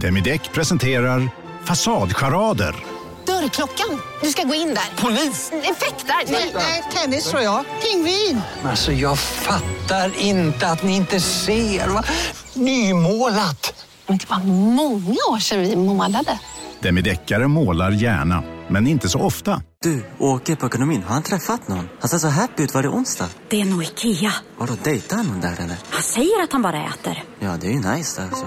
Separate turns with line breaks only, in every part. Demideck presenterar Fasadcharader.
Dörrklockan. Du ska gå in där. Polis? Effektar? Nej, nej, tennis tror jag. Pingvin.
Alltså jag fattar inte att ni inte ser. Va? Nymålat!
Men det var många år sedan vi målade.
Demideckare målar gärna, men inte så ofta.
Du, åker på ekonomin. Har han träffat någon? Han ser så happy ut. Var det onsdag?
Det är nog Ikea.
Har du dejtar han någon där eller?
Han säger att han bara äter.
Ja, det är ju nice där alltså.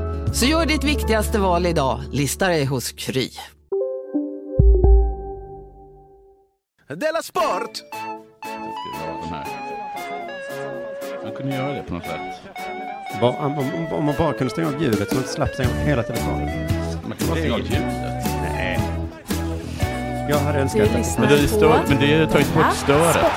Så gör ditt viktigaste val idag, listar dig hos Kry.
Della Sport!
Man kunde göra det på något sätt.
Ba, om, om, om man bara kunde stänga av ljudet så man inte slapp stänga av hela telefonen.
Man kan bara stänga av ljuset.
Nej. Jag hade
Du
önskat att...
lyssnar Men det är stör- på- men det är tagit bort störet.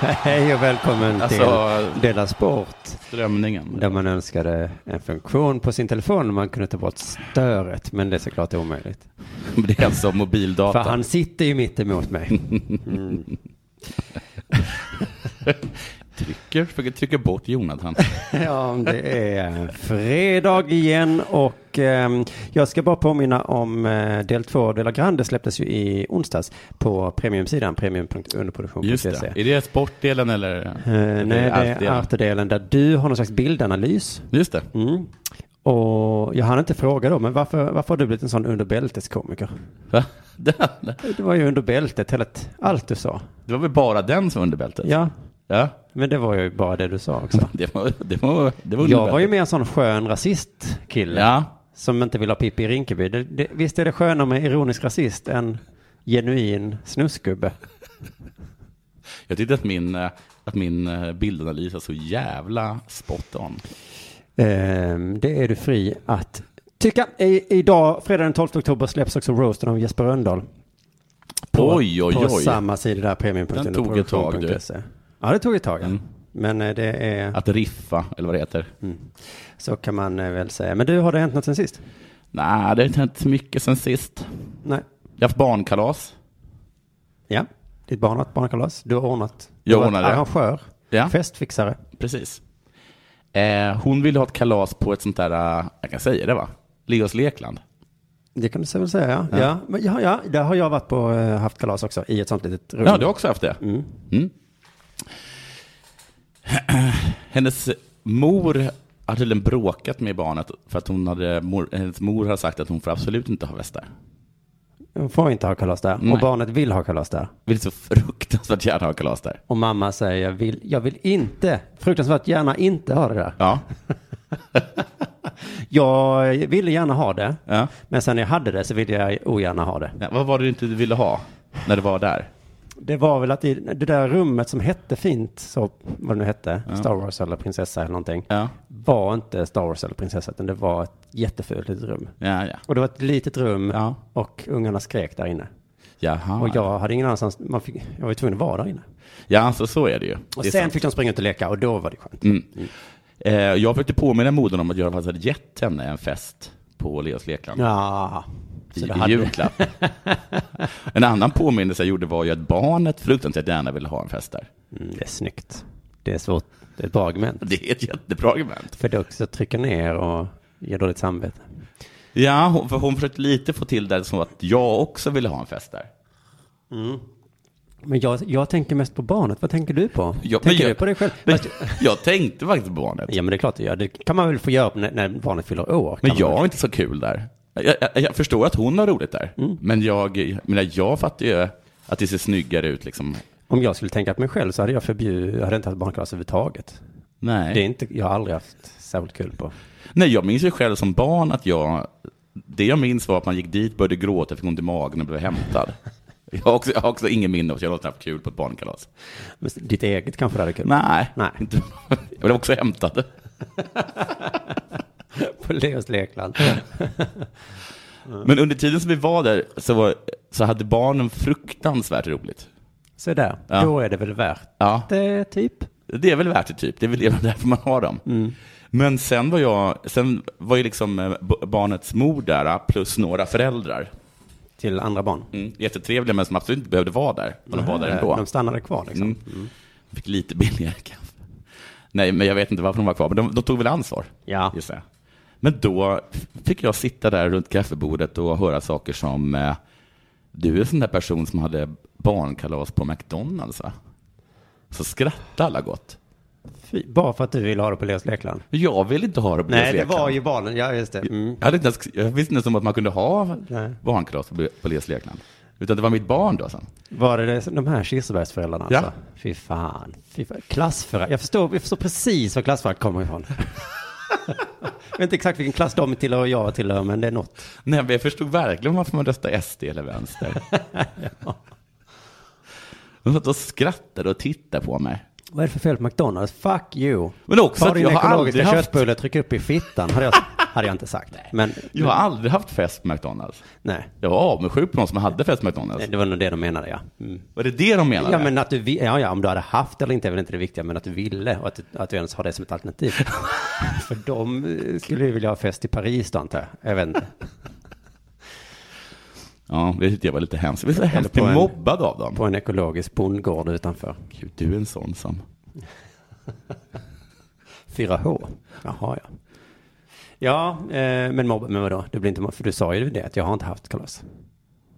Hej och välkommen
Alltså-
till Dela Sport.
Strömningen.
Där man önskade en funktion på sin telefon där man kunde ta bort störet. Men det är såklart omöjligt.
Men Det är alltså
För
mobildata.
han sitter ju mitt emot mig. Mm.
trycker, försöker trycka bort Jonathan.
Ja, det är eh, fredag igen och ehm, jag ska bara påminna om eh, del två av Dela Grande släpptes ju i onsdags på premiumsidan, premium.underproduktion.se.
Just det. Är det sportdelen eller?
Eh, nej, det är
artdelen?
artdelen där du har någon slags bildanalys.
Just det.
Mm. Och jag hann inte fråga då, men varför, varför har du blivit en sån underbälteskomiker?
Va? Det,
Det var ju under bältet, hela, t- allt du sa.
det var väl bara den som var under bältet?
Ja,
Ja.
men det var ju bara det du sa också.
Det var, det var, det var under
Jag var ju
bältet.
mer en sån skön rasistkille.
Ja.
Som inte vill ha Pippi i Rinkeby. Det, det, visst är det skönare med ironisk rasist än genuin snusgubbe?
Jag tyckte att min, eh, att min eh, bildanalys var så jävla spot on.
Ehm, det är du fri att tycka. I, idag, fredag den 12 oktober, släpps också roasten av Jesper Rönndahl. På,
Oj, oj,
på
oj.
samma sida där, premium.se.
Den tog ett tag, du.
E. Ja, det tog ett tag. ja.
Mm.
Men eh, det är,
Att riffa, eller vad det heter.
Mm. så kan man eh, väl säga. Men du, har det hänt något sen sist?
Nej, det har inte hänt mycket sen sist.
Nej.
Jag har haft barnkalas.
Ja, ditt barn har ett barnkalas. Du har ordnat.
Jag
du har
ordnade
varit
det.
Arrangör.
Ja.
Festfixare.
Precis. Eh, hon ville ha ett kalas på ett sånt där, eh, jag kan säga det va? Leos Lekland.
Det kan du så väl säga, ja. ja. men ja, ja, där har jag varit på, eh, haft kalas också, i ett sånt litet rum.
Ja, du har också haft det? Mm. Hennes mor har tydligen bråkat med barnet för att hon hade, mor, hennes mor har sagt att hon får absolut inte ha västar.
Hon får inte ha kalas där.
Nej.
Och barnet vill ha kalas där.
Vill så fruktansvärt gärna ha kalas där.
Och mamma säger, jag vill, jag vill inte, fruktansvärt gärna inte ha det där.
Ja,
Jag ville gärna ha det,
Ja.
men sen när jag hade det så ville jag ogärna ha det.
Ja, vad var det du inte ville ha när du var där?
Det var väl att i det där rummet som hette fint, så, vad det nu hette, Star Wars eller prinsessa eller någonting,
Ja,
var inte Star Wars eller prinsessa, utan det var ett jättefult litet rum.
ja, ja.
Och det var ett litet rum
Ja.
och ungarna skrek där inne.
Jaha.
Och jag hade ingen annanstans, man fick, jag var ju tvungen att vara där inne.
Ja, alltså så är det ju.
Och
Det är
sen
sant. Mm.
fick de springa ut och leka och då var det skönt.
Eh, jag försökte påminna modern om att jag faktiskt hade gett henne en fest på Leos Lekland.
Ja,
i,
så det
i
hade,
julklapp. en annan påminnelse jag gjorde var ju att barnet fruktansvärt gärna ville ha en fest där.
Mm, det är snyggt. Det är svårt, det är ett bra argument.
Det är ett jättebra argument.
För det också trycker ner och ger dåligt samvete.
Ja, hon, för hon försökte lite få till det som att jag också ville ha en fest där.
Men jag, jag tänker mest på barnet, vad tänker du på?
Jag,
tänker
men jag-
du på dig själv? Alltså-
Men,
Fast-
jag tänkte faktiskt på barnet.
Ja men det är klart du gör, det kan man väl få göra när, när barnet fyller år. kan
Men
man
jag
väl?
har inte så kul där. Jag, jag, jag förstår att hon har roligt där.
Mm.
Men jag, jag, menar, jag fattar ju att det ser snyggare ut liksom.
Om jag skulle tänka på mig själv så hade jag förbjudit, jag hade inte haft barnkalas överhuvudtaget.
Nej.
Det är inte, jag har aldrig haft särskilt kul på.
Nej, jag minns ju själv som barn att jag... Det jag minns var att man gick dit, började gråta, fick ont i magen och blev hämtad. Jag har också, jag har också ingen minne av att jag någonsin haft kul på ett barnkalas.
Men ditt eget kanske det hade kul.
Nej,
Nej.
Inte, jag blev också hämtad.
på Leos lekland.
Men under tiden som vi var där så, var, så hade barnen fruktansvärt roligt.
Så där,
Ja.
då är det väl värt
Ja.
det, typ.
Det är väl värt det typ, det är väl därför man har dem. Men sen var jag, sen var ju liksom eh, b- barnets mor där, eh, plus några föräldrar.
Till andra barn?
Mm. Jättetrevliga, men som absolut inte behövde vara där. Men de var där
Nej,
ändå.
Eh, de stannade kvar liksom.
Mm. Fick lite billigare kaffe. Nej, men jag vet inte varför de var kvar, men de, de tog väl ansvar.
Ja.
Just det. Men då fick jag sitta där runt kaffebordet och höra saker som eh, du är en sån där person som hade barnkalas på McDonalds va? Så skrattade alla gott.
Fy, bara för att du ville ha det på Leos lekland?
Jag vill inte ha det på
Nej,
Leos
det
Lekland.
var ju barnen. Ja, just det. Mm.
jag, hade inte ens, jag visste inte ens om att man kunde ha
Nej.
barnkalas på, på Leos Lekland. Utan det var mitt barn då sen.
Var det det- de här Kirsebergsföräldrarna
Ja.
alltså? Fy fan. Fy fan. Klassförakt. Jag förstår, jag förstår precis var klassförakt kommer ifrån. jag vet inte exakt vilken klass de tillhör och jag tillhör, men det är något.
Nej, men jag förstod verkligen varför man röstar SD eller vänster. De satt och skrattade och tittade på mig.
Vad är det för fel på McDonalds? Fuck you.
Men också
Ta
att
din
jag har
ekologiska
aldrig haft-
köttbulle, tryck upp i fittan. Hade jag, hade jag inte sagt. Men,
Jag har aldrig haft fest på McDonalds.
nej.
Jag var avundsjuk på någon som hade fest på McDonalds.
Nej, Det var nog det de menade, ja. Mm.
Var det det de menade?
Ja, men att du, vi- ja, ja, om du hade haft det eller inte är väl inte det viktiga, men att du ville och att, du- att du ens har det som ett alternativ. För de eh, skulle ju vilja ha fest i Paris då, antar jag. Jag vet inte.
Ja, det tyckte jag var lite hemskt. Jag blev så hemskt
på en-
mobbad av dem.
På en ekologisk bondgård utanför.
Gud, du är en sån som...
4H. Jaha, ja. Ja, eh, men, mobb, men vadå? Det blir inte mobb, för du sa ju det, att jag har inte haft kalas.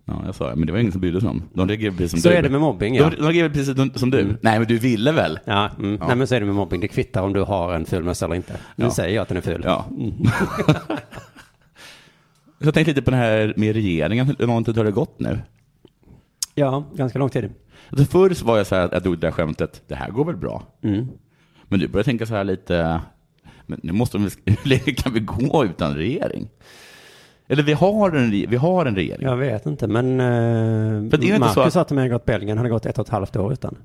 Ja, jag sa det, men det var ingen som brydde sig om. De reagerade precis som
Så
du.
är det med mobbing, ja. Mm.
De, de reagerade precis som- som du. Nej, men du ville väl?
Ja, mm.
Ja.
Nej, men så är det med mobbing. Det kvittar om du har en ful mössa eller inte. Nu
Ja.
säger jag att den är ful.
Ja. Mm. Så jag tänkte lite på det här med regeringen, hur lång tid har det gått nu?
ja ganska lång tid.
Alltså förr så var jag så här, jag drog det där skämtet, det här går väl bra? Men nu börjar jag tänka så här lite, men nu måste de, hur länge kan vi gå utan regering? Eller vi har en, re- vi har en regering.
Jag vet inte, men eh,
det är inte
Marcus
så att-
sa till mig igår att Belgien hade gått ett och ett halvt år utan.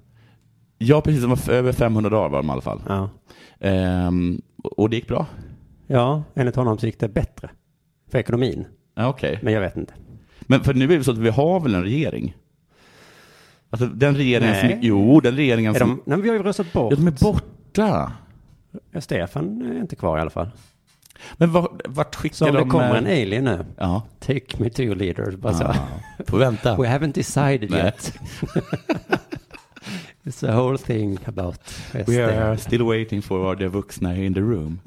Ja, precis, de var f- över 500 dagar var de i alla fall.
Ja.
Ehm, och och det gick bra?
ja, enligt honom så gick det bättre för ekonomin,
Ja, Okej.
men jag vet inte.
Men för nu är det så att vi har väl en regering? Alltså den regeringen som,
Nej.
jo, den regeringen
Är
som,
de, nej, men vi har ju röstat bort.
Alltså- ja, de är borta.
Stefan är inte kvar i alla fall.
Men var, vart skickar
Så om
de?
det kommer
eh,
en alien nu,
Ja.
take me to your leader, bara så.
Får vänta.
We haven't decided
Nej.
yet. It's the whole thing about
We
SD.
are still waiting for the vuxna in the room.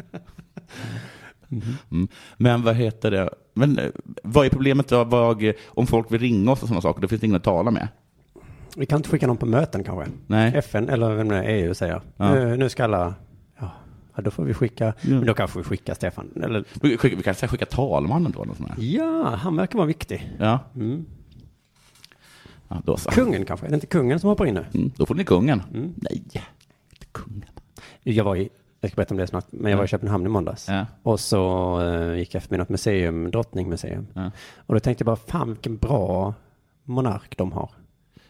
Mm-hmm.
Mm. Men vad heter det? Men eh, vad är problemet då? Vad, eh, om folk vill ringa oss och sådana saker, då finns det ingen att tala med.
Vi kan inte skicka någon på möten kanske.
Nej.
FN eller vem det är, EU säger jag.
Ja.
Nu, nu ska alla, ja, ja, då får vi skicka, men då kanske vi skickar Stefan. Eller,
Vi, skick- vi kanske ska skicka talmannen då? Något sånt här.
ja, han verkar vara viktig.
Ja.
Mm.
ja då så.
Kungen kanske? Är det inte kungen som hoppar in nu?
Mm, då får ni kungen. Nej, inte kungen.
Jag var i, jag ska berätta om det snart, men jag var i Köpenhamn i måndags.
Ja.
Och så eh, gick jag förbi något museum, drottningmuseum.
Ja.
Och då tänkte jag bara, fan vilken bra monark de har.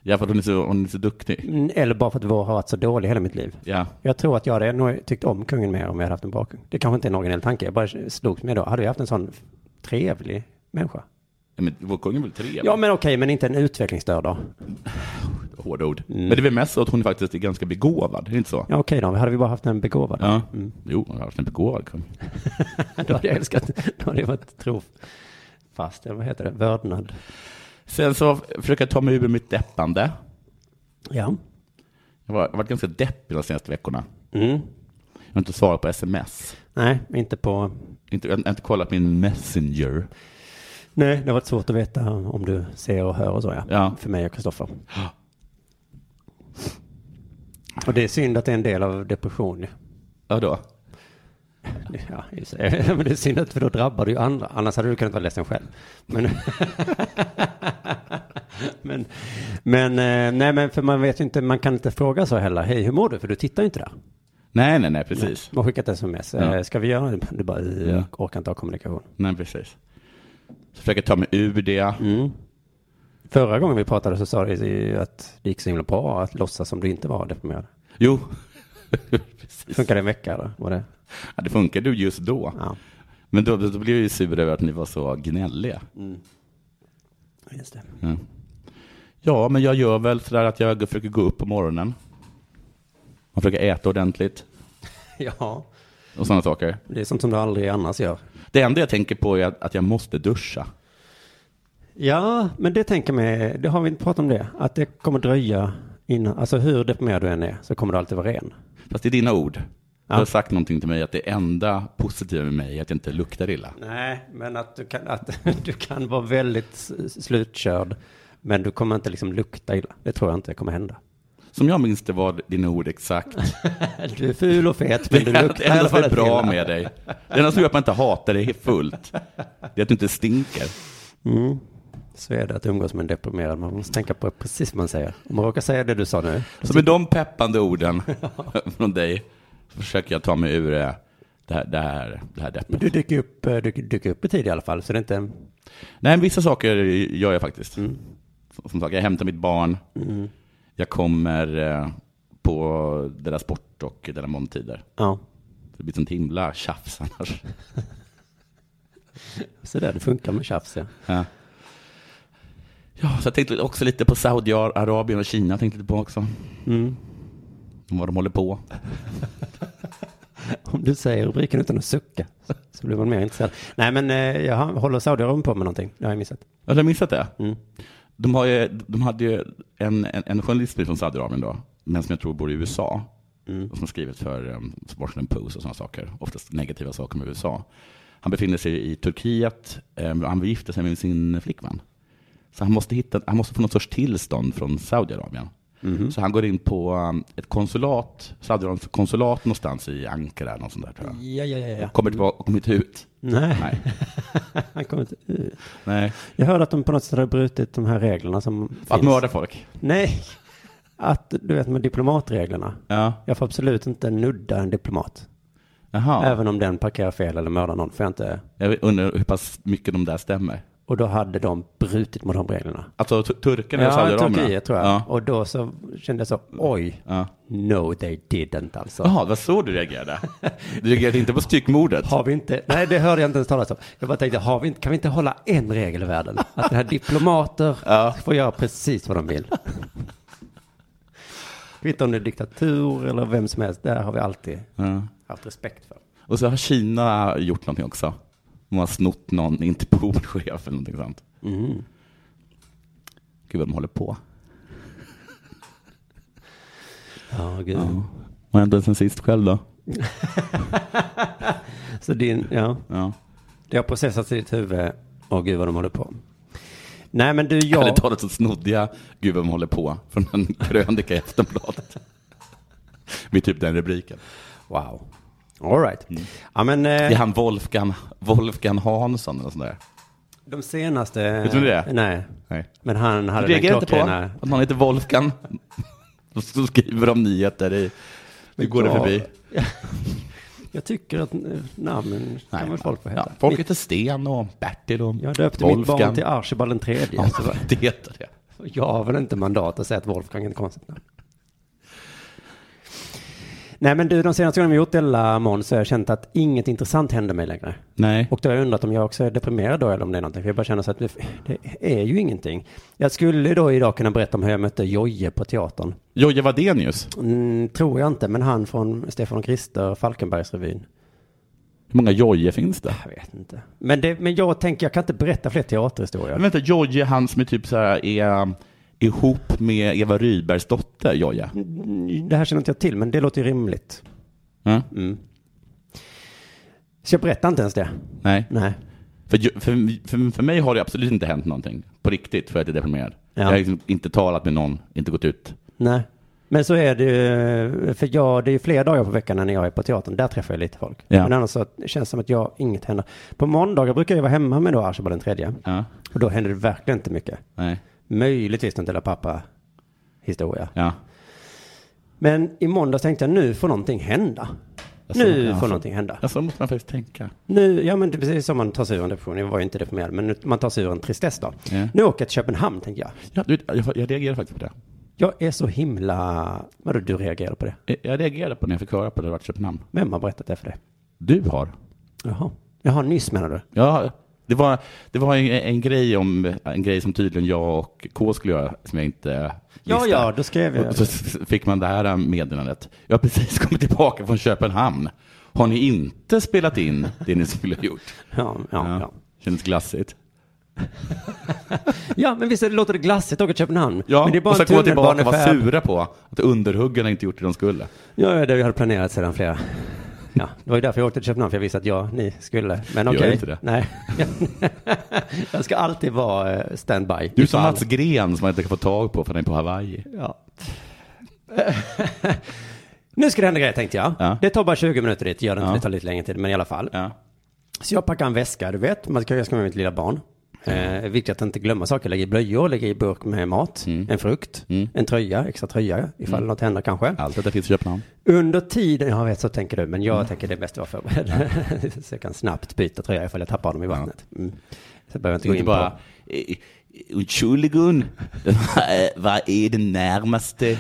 Ja, för att hon är så, hon är så duktig.
Mm, Eller bara för att vår har varit så dålig hela mitt liv.
Ja.
Jag tror att jag hade nog tyckt om kungen mer om jag hade haft en bra kung. Det kanske inte är en originell tanke, jag bara slogs med då. Hade vi haft en sån trevlig människa?
Ja, Men vår kung är väl trevlig?
Ja, men okej, men inte en utvecklingsstörd då.
Hårda ord.
Mm.
Men det är väl mest så att hon faktiskt är ganska begåvad, är det inte så?
Ja, okej då, hade vi bara haft en begåvad då?
Ja. Jo, hon Mm. har haft en begåvad kung.
då hade jag älskat, då hade jag varit trofast, eller vad heter det, vördnad.
Sen så försöker jag ta mig ur mitt deppande.
Ja.
Jag har jag har varit ganska deppig de senaste veckorna.
Mm.
Jag har inte svarat på sms.
Nej, inte på...
Inte, jag har inte kollat min messenger.
Nej, det har varit svårt att veta om du ser och hör och så ja.
Ja.
För mig och Kristoffer. Och det är synd att det är en del av depression.
Ja då?
Ja, just det. Men det är synd att för då drabbar du ju andra. Annars hade du kunnat vara ledsen själv. Men, men, men, eh, nej men för man vet ju inte, man kan inte fråga så heller. Hej, hur mår du? För du tittar ju inte där.
Nej, nej, nej, precis.
Man har skickat sms.
Ja.
Eh, Ska vi göra det? Du bara, "Eh, jag orkar inte ha kommunikation.
Nej, Mm. precis. Så försöker jag ta mig ur det.
Förra gången vi pratade så sa du ju att det gick så himla bra att låtsas som du inte var deprimerad.
Jo,
Funkar det en vecka eller? Var det?
ja, det funkade ju just då.
Ja.
Men då, då blev jag ju sur över att ni var så gnälliga.
Just det.
Ja. ja, men jag gör väl sådär att jag försöker gå upp på morgonen. Man försöker äta ordentligt
Ja,
och sådana saker.
det är sånt som du aldrig annars gör.
Det enda jag tänker på är att, att jag måste duscha.
Ja, men det tänker man, det har vi inte pratat om det, att det kommer dröja innan, alltså hur deprimerad du än är så kommer du alltid vara ren.
Fast det är dina ord. Du
Ja.
har sagt någonting till mig att det enda positiva med mig är att jag inte luktar illa.
Nej, men att du kan, att du kan vara väldigt s- slutkörd, men du kommer inte liksom lukta illa. Det tror jag inte kommer hända.
Som jag minns det var dina ord exakt.
Du är ful och fet, men du
det
luktar i alla
enda som
fall
är
inte
bra
illa.
med dig, det enda som gör att man inte hatar dig fullt, det är att du inte stinker.
Mm. Så är det att umgås med en deprimerad. Man måste tänka på precis vad man säger. Om man råkar säga det du sa nu.
Så med de peppande orden från dig så försöker jag ta mig ur eh, det här, det här, det här deppet.
Men du dyker upp, eh, du dyker upp i tid i alla fall, så det är inte...
Nej, men vissa saker gör jag faktiskt. Som- Som sagt, jag hämtar mitt barn. Jag kommer eh, på deras sport och deras måltider.
Ja,
Det blir sånt himla tjafs annars.
så där, det funkar med tjafs. Ja.
Ja. ja, så jag tänkte också lite på Saudiarabien och Kina. Tänkte lite på också.
Mm.
Vad de håller på.
Om du säger rubriken utan att sucka så blir man mer intresserad. Nej, men eh, jag har- håller Saudiarabien på med någonting? Det har jag missat.
Ja, du har missat det?
Mm.
De, har ju, de hade ju en, en, en journalist från Saudiarabien då, men som jag tror bor i USA,
Mm.
och som har skrivit för um, Washington Post och sådana saker, oftast negativa saker med USA. Han befinner sig i Turkiet, um, han vill gifta sig med sin flickvän. Så han måste, hitta, han måste få något sorts tillstånd från Saudiarabien.
Mm-hmm.
Så han går in på um, ett konsulat, Saudiarabiens konsulat någonstans i Ankara, något sånt där tror jag.
Ja, ja, ja. ja.
Kommer tillbaka och kommer inte ut.
Nej,
Nej.
han kommer inte ut.
Nej.
Jag hörde att de på något sätt har brutit de här reglerna som
Att
finns.
mörda folk.
Nej, att du vet med diplomatreglerna.
Ja.
Jag får absolut inte nudda en diplomat.
Jaha.
Även om den parkerar fel eller mördar någon. Får jag inte.
Jag undrar hur pass mycket de där stämmer.
Och då hade de brutit mot de reglerna.
Alltså tu- turkarna eller
ja,
saudiaraberna?
Turkiet tror jag.
Ja.
Och då så kände jag så, oj,
Ja.
no they didn't alltså.
Jaha, det var så du reagerade? Du reagerade inte på styckmordet?
Har vi inte, nej det hörde jag inte ens talas om. Jag bara tänkte, har vi inte, kan vi inte hålla en regel i världen? Att den här diplomater får göra precis vad de vill. Kvittar om det är diktatur eller vem som helst, där har vi alltid
Ja.
haft respekt för.
Och så har Kina gjort någonting också. De har snott någon Interpolchef eller någonting sånt. Gud vad de håller på.
Ja, gud.
Vad hände sen sist själv då?
Så din, ja,
Ja.
det har processats i ditt huvud. Åh gud vad de håller på. Nej men du,
Ja. Eller
jag...
talat så snodde jag Gud vad de håller på från en krönika i Aftonbladet. Med typ den rubriken.
Wow. All right.
Mm.
Ja men, eh,
Det är han Wolfgang, Wolfgang Hansson eller sånt där.
de senaste...
Vet du vem det är?
Nej.
Nej.
Men han hade
Du reagerar
den
inte på
klockrena...
att någon heter Wolfgang? Och så skriver de nyheter i... Nu går det
Ja.
förbi.
Jag tycker att eh, namnen kan väl folk få heta.
Ja, folk
Mitt-
heter Sten och Bertil och
jag döpte mitt barn till Archibald den tredje.
Ja,
så
det heter det.
jag har väl inte mandat att säga att Wolfgang är ett konstigt namn. Nej men du, de senaste gångerna vi gjort Della Måns så har jag känt att inget intressant händer mig längre.
Nej.
Och då har jag undrat om jag också är deprimerad då eller om det är någonting. För jag bara känner så att det, det är ju ingenting. Jag skulle då idag kunna berätta om hur jag mötte Joje på teatern.
Jojje Wadenius,
Mm, tror jag inte, men han från Stefan och Krister, Falkenbergsrevyn.
hur många Jojje finns det?
Jag vet inte. Men, det, men jag tänker, jag kan inte berätta fler teaterhistorier.
Men vänta, Jojje han som är typ så här är um, ihop med Eva Rydbergs dotter, Jojje.
Mm. det här känner inte jag till, men det låter ju rimligt.
Mm.
Så jag berättar inte ens det.
Nej.
Nej.
För, ju- för, för, för mig har det absolut inte hänt någonting på riktigt för att jag är deprimerad.
Ja.
Jag har liksom inte talat med någon, inte gått ut.
Nej. Men så är det ju, för jag, det är ju flera dagar på veckan när jag är på teatern. Där träffar jag lite folk.
Ja.
Men annars så känns det som att jag, inget händer. På måndagar brukar jag vara hemma med då Archibald den tredje.
Ja.
Och då händer det verkligen inte mycket.
Nej.
Möjligtvis någon lilla pappa historia.
Ja.
Men i måndags tänkte jag nu får någonting hända.
Alltså,
nu
ja,
får
så-
någonting hända.
Ja, så måste man faktiskt tänka.
Nu, ja men det är precis som man tar sig ur en depression, jag var ju inte deprimerad, men nu- man tar sig ur en tristess då.
Ja.
Nu åker jag till Köpenhamn tänker jag.
Ja, du, vet, jag, jag reagerade faktiskt på det.
Jag är så himla, vadå du reagerar på det?
Jag- Jag reagerade på när jag fick höra på det där i Köpenhamn.
Vem har berättat det för dig?
Du har.
Jaha. Jaha, nyss menar du?
Ja, det var, det var en, en, grej om, en grej som tydligen jag och K skulle göra som jag inte
Ja,
visste.
ja, då skrev jag
Och så s- fick man det här meddelandet. Jag har precis kommit tillbaka från Köpenhamn. Har ni inte spelat in det ni skulle ha gjort?
Ja, ja, ja.
Kändes glassigt.
Ja, men visst är det- låter det glassigt att åka till Köpenhamn?
Ja,
men det är bara
och
en
sen gå tillbaka och vara
tunnelbanefärd.
sura på att underhuggarna inte gjort det de skulle.
Ja, ja, det vi hade planerat sedan flera. Ja, det var ju därför jag åkte till Köpenhamn, för jag visste att ja, ni skulle. Men
Gör
okej.
inte det.
Nej. jag ska alltid vara eh, standby.
Du är som
Ifall-
Mats Gren som man inte kan få tag på för han är på Hawaii.
Ja. Nu ska det hända grejer tänkte jag. Det tar bara 20 minuter dit, gör det inte,
Ja.
det tar lite längre tid, men i alla fall. Så jag packar en väska, du vet, man ska, jag ska med mitt lilla barn.
Mm.
Eh, viktigt att inte glömma saker, lägga i blöjor, lägga i burk med mat, en frukt, en tröja, extra tröja ifall
Mm.
något händer kanske.
Allt Mm. detta finns i Köpenhamn.
Under tiden, jag vet så tänker du, men jag tänker det är bäst att vara förberedd. så jag kan snabbt byta tröja ifall jag tappar dem i vattnet. Mm. Så jag behöver inte gå
Inte
in
bara,
på.
eh, Entschuldigung, vad- vad är det närmaste?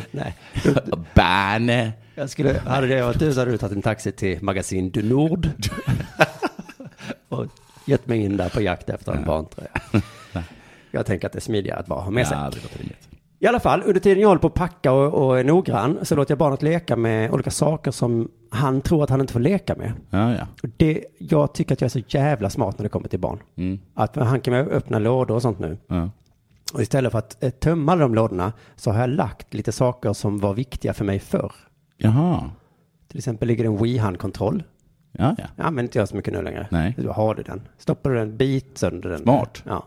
Bane.
Jag skulle, hade det varit du så hade du tagit en taxi till magasin Du Nord. och gett mig in där på jakt efter en barntröja. Jag tänker att det är smidigare att bara ha med sig.
Ja, det låter rimligt.
I alla fall, under tiden jag håller på att packa och, och är noggrann så låter jag barnet leka med olika saker som han tror att han inte får leka med.
Ja, ja.
Och Det, jag tycker att jag är så jävla smart när det kommer till barn.
Mm.
Att han kan ju öppna lådor och sånt nu.
Ja.
Och istället för att eh, tömma de lådorna så har jag lagt lite saker som var viktiga för mig förr.
Jaha.
Till exempel ligger det en Wii-handkontroll.
Ja, ja.
Jag använder inte jag så mycket nu längre.
Nej.
Då har du den. Stoppar du den, bit sönder den.
Smart.
Ja.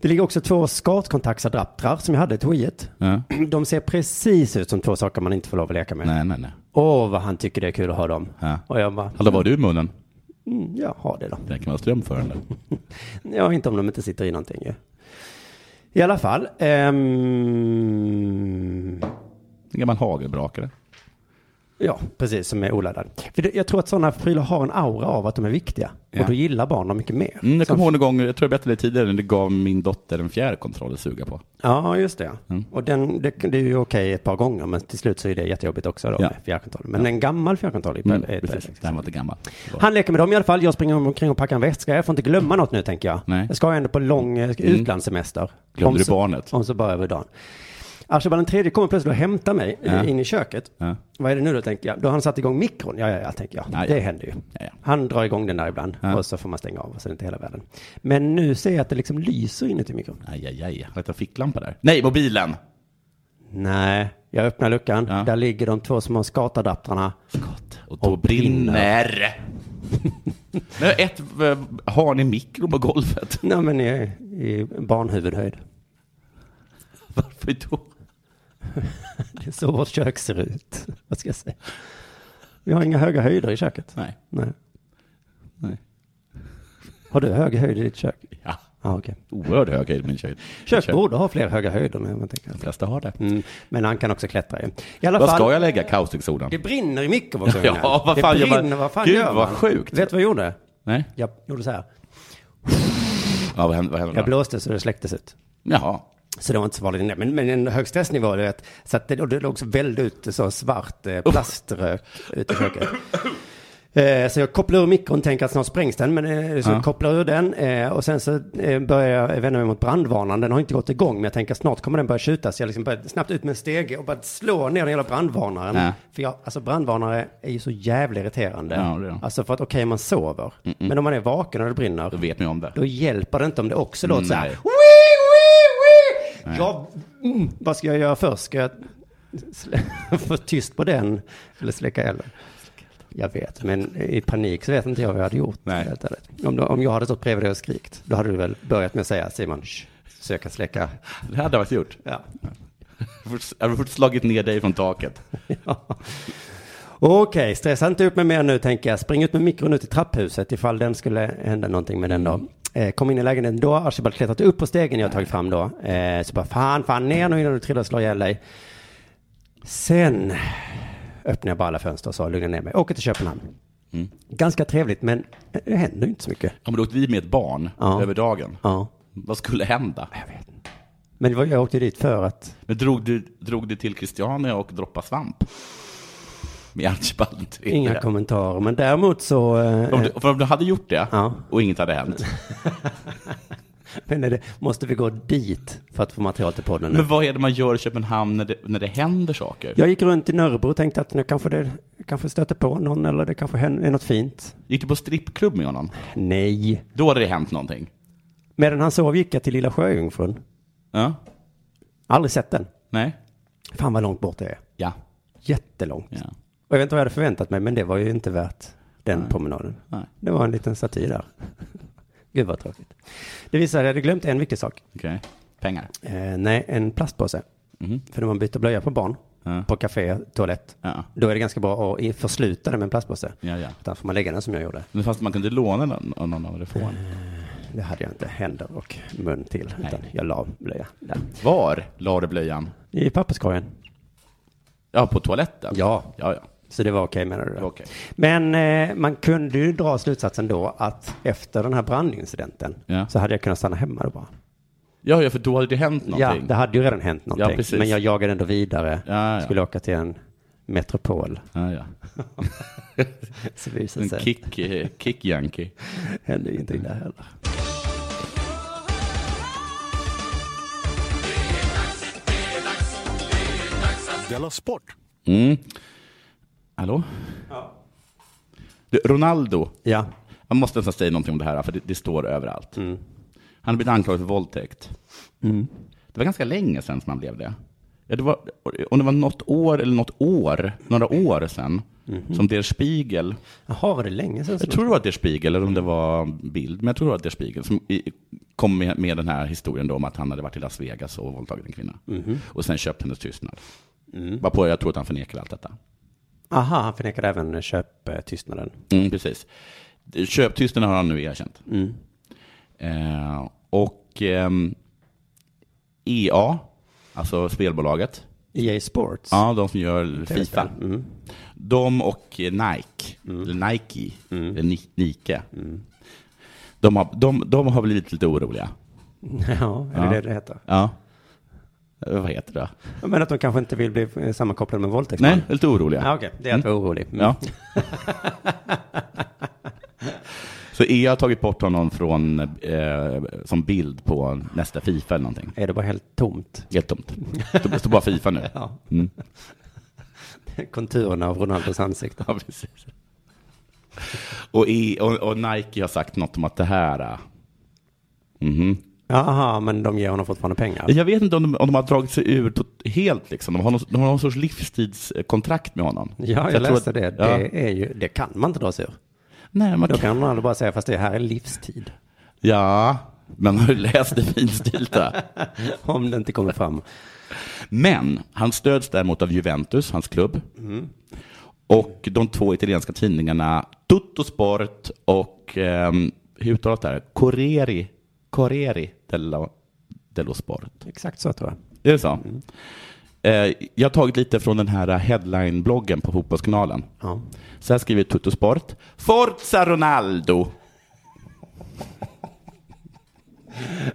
Det ligger också två skartkontaktsadaptrar som jag hade till Wiiet.
Ja.
De ser precis ut som två saker man inte får lov att leka med.
Nej, nej, nej.
Åh, vad han tycker det är kul att ha dem.
Ja.
Och jag bara,
Hallå, vad har du i munnen?
mm, jag har det då.
Den kan vara ström för den där.
Ja, inte om de inte sitter i någonting ju. I alla fall. ehm,
En gammal hagelbrakare.
ja, precis, som är oladdad. För det, jag tror att sådana prylar har en aura av att de är viktiga.
Ja.
Och då gillar barn dem mycket mer.
Mm, jag
Så-
kommer ihåg en gång, jag tror jag berättade det tidigare, när det gav min dotter en fjärrkontroll att suga på.
Ja, just det.
Mm.
Och den, det, det är ju okej ett par gånger, men till slut så är det jättejobbigt också då
Ja.
med fjärrkontroll. Men en gammal fjärrkontroll är
Mm,
är- är-
precis. Den var inte gammal. Det var-
Han leker med dem i alla fall. Jag springer omkring och packar en väska. Jag får inte glömma något nu, tänker jag.
Nej. Mm.
Jag ska ju ändå på lång eh, utlandssemester.
Glömde
Om
du
så-
barnet?
Om så bara över dagen. Archibald den tredje kommer plötsligt och hämtar mig eh,
Ja.
in i köket.
Ja.
Vad är det nu då, tänker jag. Då har han satt igång mikron. Ja, ja, ja, tänker jag.
Ja, ja.
Det händer ju.
Ja, ja.
Han drar igång den där ibland
Ja.
och så får man stänga av och så är det inte hela världen. Men nu ser jag att det liksom lyser inuti mikron.
Aj, aj, aj. Har jag en ficklampa där? Nej, mobilen!
Nej, jag öppnar luckan.
Ja.
Där ligger de två små skatadaptrarna.
Och då brinner. Nej, ett, eh, har ni mikro på golvet?
Nej, men i, i barnhuvudhöjd.
Varför då?
Det är så vårt kök ser ut. Vad ska jag säga? Vi har inga höga höjder i köket.
Nej.
Nej.
Nej.
Har du hög höjd i ditt kök?
Ja.
Ja, okej.
Oerhört hög höjd i min kök.
Kök
Kök.
borde ha fler höga höjder, men jag tänker.
De flesta har det.
Mm. Men han kan också klättra i. I alla
Vad
fall,
ska jag lägga? Kaustiksodan?
det brinner i mikrovågsugnen.
Ja, vad fan
det
gör man?
brinner, vad fan
Gud,
gör man?
vad sjukt.
Vet du vad jag gjorde?
Nej?
Jag gjorde så här.
Ja, vad händer, vad händer
Jag
då?
blåste så det släcktes ut.
Jaha.
Så det var inte så farligt. Men, men en hög stressnivå, du vet. Så att det, och det låg så väldigt ut så svart eh,
Oh.
plaströk ute i köket. Eh, så jag kopplar ur mikron, tänker att snart sprängs den. Men eh, så
Ja.
kopplar jag ur den eh, och sen så eh, börjar jag vända mig mot brandvarnaren. Den har inte gått igång, men jag tänker att snart kommer den börja tjuta. Så jag liksom börjar snabbt ut med en stege och bara slå ner den hela brandvarnaren.
Ja.
För jag, alltså brandvarnare är ju så jävla irriterande.
Ja, det är de.
Alltså för att okej, man sover. Men om man är vaken och det brinner.
Då vet ni om det.
Då hjälper det inte om det också låter så här.
Nej.
Wee, wee, wee. Jag, mm, vad ska jag göra först? Ska jag slä- få tyst på den eller släcka elden? Jag vet, men i panik så vet inte jag vad jag hade gjort.
Nej.
Helt ärligt. Om, du- om jag hade stått bredvid dig och skrikt, då hade du väl börjat med att säga Simon, shh, så jag kan släcka.
Det hade jag faktiskt gjort.
Ja.
Jag hade fått slagit ner dig från taket.
Ja. Okej, stressa inte upp mig mer nu tänker jag. Spring ut med mikron ut i trapphuset ifall den skulle hända någonting med den då. Eh, kom in i lägenheten, då har Archibald klättrat upp på stegen jag har tagit fram då. Eh, så bara fan, fan ner nu innan du trillar och slår ihjäl dig. Sen öppnade jag bara alla fönster och sa lugna ner mig. Åker till Köpenhamn. Ganska trevligt men det händer ju inte så mycket.
Ja, men då åkte vi med ett barn
Ja.
över dagen.
Ja,
Vad skulle hända?
jag vet inte. Men det var, jag åkte dit för att
Men drog du, drog du till Christiania och droppade svamp? med Archibald. inte.
Inga kommentarer, men däremot så... eh,
Om du, för om du hade gjort det och inget hade hänt.
Men är det, måste vi gå dit för att få material till podden? Nu?
Men vad är det man gör i Köpenhamn när det, när det händer saker?
Jag gick runt i Nörrebro och tänkte att nu kanske det kanske stöter på någon eller det kanske händer, är något fint.
Gick du på strippklubb med honom?
Nej.
Då hade det hänt någonting.
Medan han sov gick jag till Lilla Sjöjungfrun.
Ja.
Aldrig sett den.
Nej.
Fan vad långt bort det är.
Ja.
Jättelångt. Och jag vet inte vad jag hade förväntat mig, men det var ju inte värt den promenaden.
Nej.
Det var en liten staty där. Gud vad tråkigt. Det visade att jag hade glömt en viktig sak.
Okej. Pengar.
Eh, nej, en plastpåse.
Mhm.
För när man byter blöja på barn, på café, toalett, då är det ganska bra att i- försluta det med en plastpåse.
Ja, ja.
Utan får man lägga den som jag gjorde.
Men fast man kunde låna den av någon av det från.
Det hade jag inte händer och mun till, utan jag la blöja där.
Var la du blöjan?
I papperskorgen.
Ja, på toaletten?
Ja.
ja, ja.
Så det var okej menar du? då?
Okej.
Men eh, man kunde ju dra slutsatsen då att efter den här brandincidenten
Ja.
så hade jag kunnat stanna hemma då bara.
Ja, ja, för då hade det hänt någonting.
Ja, det hade ju redan hänt
Ja,
någonting.
precis.
men jag jagade ändå vidare.
Ja, ja.
Skulle åka till en metropol.
Ja, ja.
så visade det
En
sig.
kick, eh, kick yankee.
Hände ju ingenting där heller.
Della Sport.
Mm. Hallå? Du, Ronaldo.
Ja.
Jag måste nästan säga någonting om det här, för det, det står överallt. Han har blivit anklagad för våldtäkt. Det var ganska länge sedan som han blev det. Ja, det var, om det var något år eller något år, några år sedan, som Der Spiegel
Jaha, var det länge sedan?
jag tror det var Der Spiegel, eller om det var Bild, men jag tror det var Der Spiegel som i- kom med, med den här historien då om att han hade varit i Las Vegas och våldtagit en kvinna. Och sen köpt hennes tystnad. Varpå jag tror att han förnekar allt detta.
Aha, han förnekade även köptystnaden.
Mm, precis. Köptystnaden har han nu erkänt. Eh, och ehm, EA, alltså spelbolaget,
EA E Sports?
ja, de som gör Fifa,
Mm.
de och Nike, eller Nike, eller Ni- Nike, de, har, de, de har blivit lite oroliga.
Ja, är det
Ja.
det det heter?
Ja. Eh, Vad heter det?
Men att de kanske inte vill bli eh, sammankopplade med våldtäktsman?
Nej, lite oroliga.
Ah, Okej, det är att vara orolig. Mm.
Ja. Så EA har tagit bort honom från, eh, som bild på nästa Fifa eller någonting.
Är det bara helt tomt?
Helt tomt. Det står bara Fifa nu.
Ja.
Mm.
Konturerna av Ronaldos ansikte.
Ja, precis. Och, E- och, och Nike har sagt något om att det här... eh, mhm.
Jaha, men de ger honom fortfarande pengar?
eh, Jag vet inte om de, om de har dragit sig ur tot- helt. Liksom. De, har någon, de har någon sorts livstidskontrakt med honom. Så
Ja, jag,
tror
läste
att-
det.
ja.
Det, är ju, det kan man inte dra sig ur.
Nej, man
Då
kan...
kan Ronaldo bara säga, fast det här är livstid.
Ja, men har du läst det finstilta?
Om det inte kommer fram.
Men han stöds däremot av Juventus, hans klubb. Och de två italienska tidningarna Tutto Sport och, ehm, hur uttalas det här? Corrieri, Corrieri dello, dello Sport.
Exakt så tror jag. Mm.
Är det så? Eh, jag har tagit lite från den här headline-bloggen på Fotbollskanalen.
Ja.
Så här skriver Tutto Sport. Forza Ronaldo!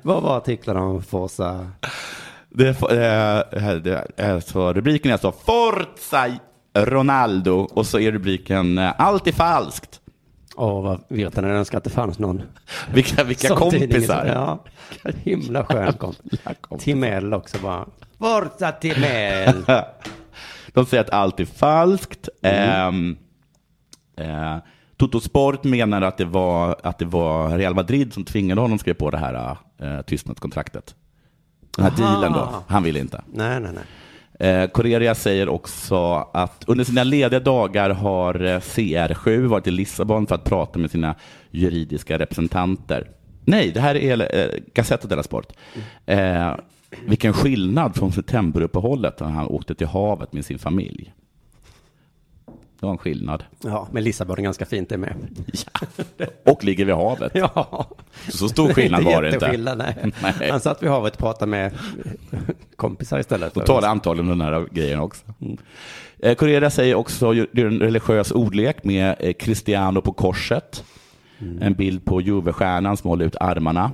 Vad var artiklarna om Forza?
Det, eh, det, eh, så rubriken är alltså Forza Ronaldo och så är rubriken eh, Allt är falskt.
Åh, vad virrande. Jag önskar att det fanns någon.
Vilka, vilka
sån tidning.
kompisar.
Ja, himla skön kompis.
kompisar.
Timell också bara. Forza Timell!
De säger att allt är falskt. Mm. Eh, Toto Sport menar att det, var, att det var Real Madrid som tvingade honom att skriva på det här eh, tystnadskontraktet. Den här dealen då. Han ville inte.
Ah. nej, nej, nej.
Eh, Correria säger också att under sina lediga dagar har eh, CR7 varit i Lissabon för att prata med sina juridiska representanter. Nej, det här är eh, Gazzetta della Sport. Eh, vilken skillnad från septemberuppehållet när han åkte till havet med sin familj. Det var en skillnad.
Ja, men Lissabon är ganska fint det med.
Och ligger vid havet.
Ja.
Så stor skillnad var det inte.
jätteskillnad, Nej.
Nej.
Han satt vid havet och pratade med kompisar istället.
Då tar det antagligen den här grejen också. Eh, Correria säger också, det är en religiös ordlek med eh, Cristiano på korset. En bild på Juve-stjärnan som håller ut armarna.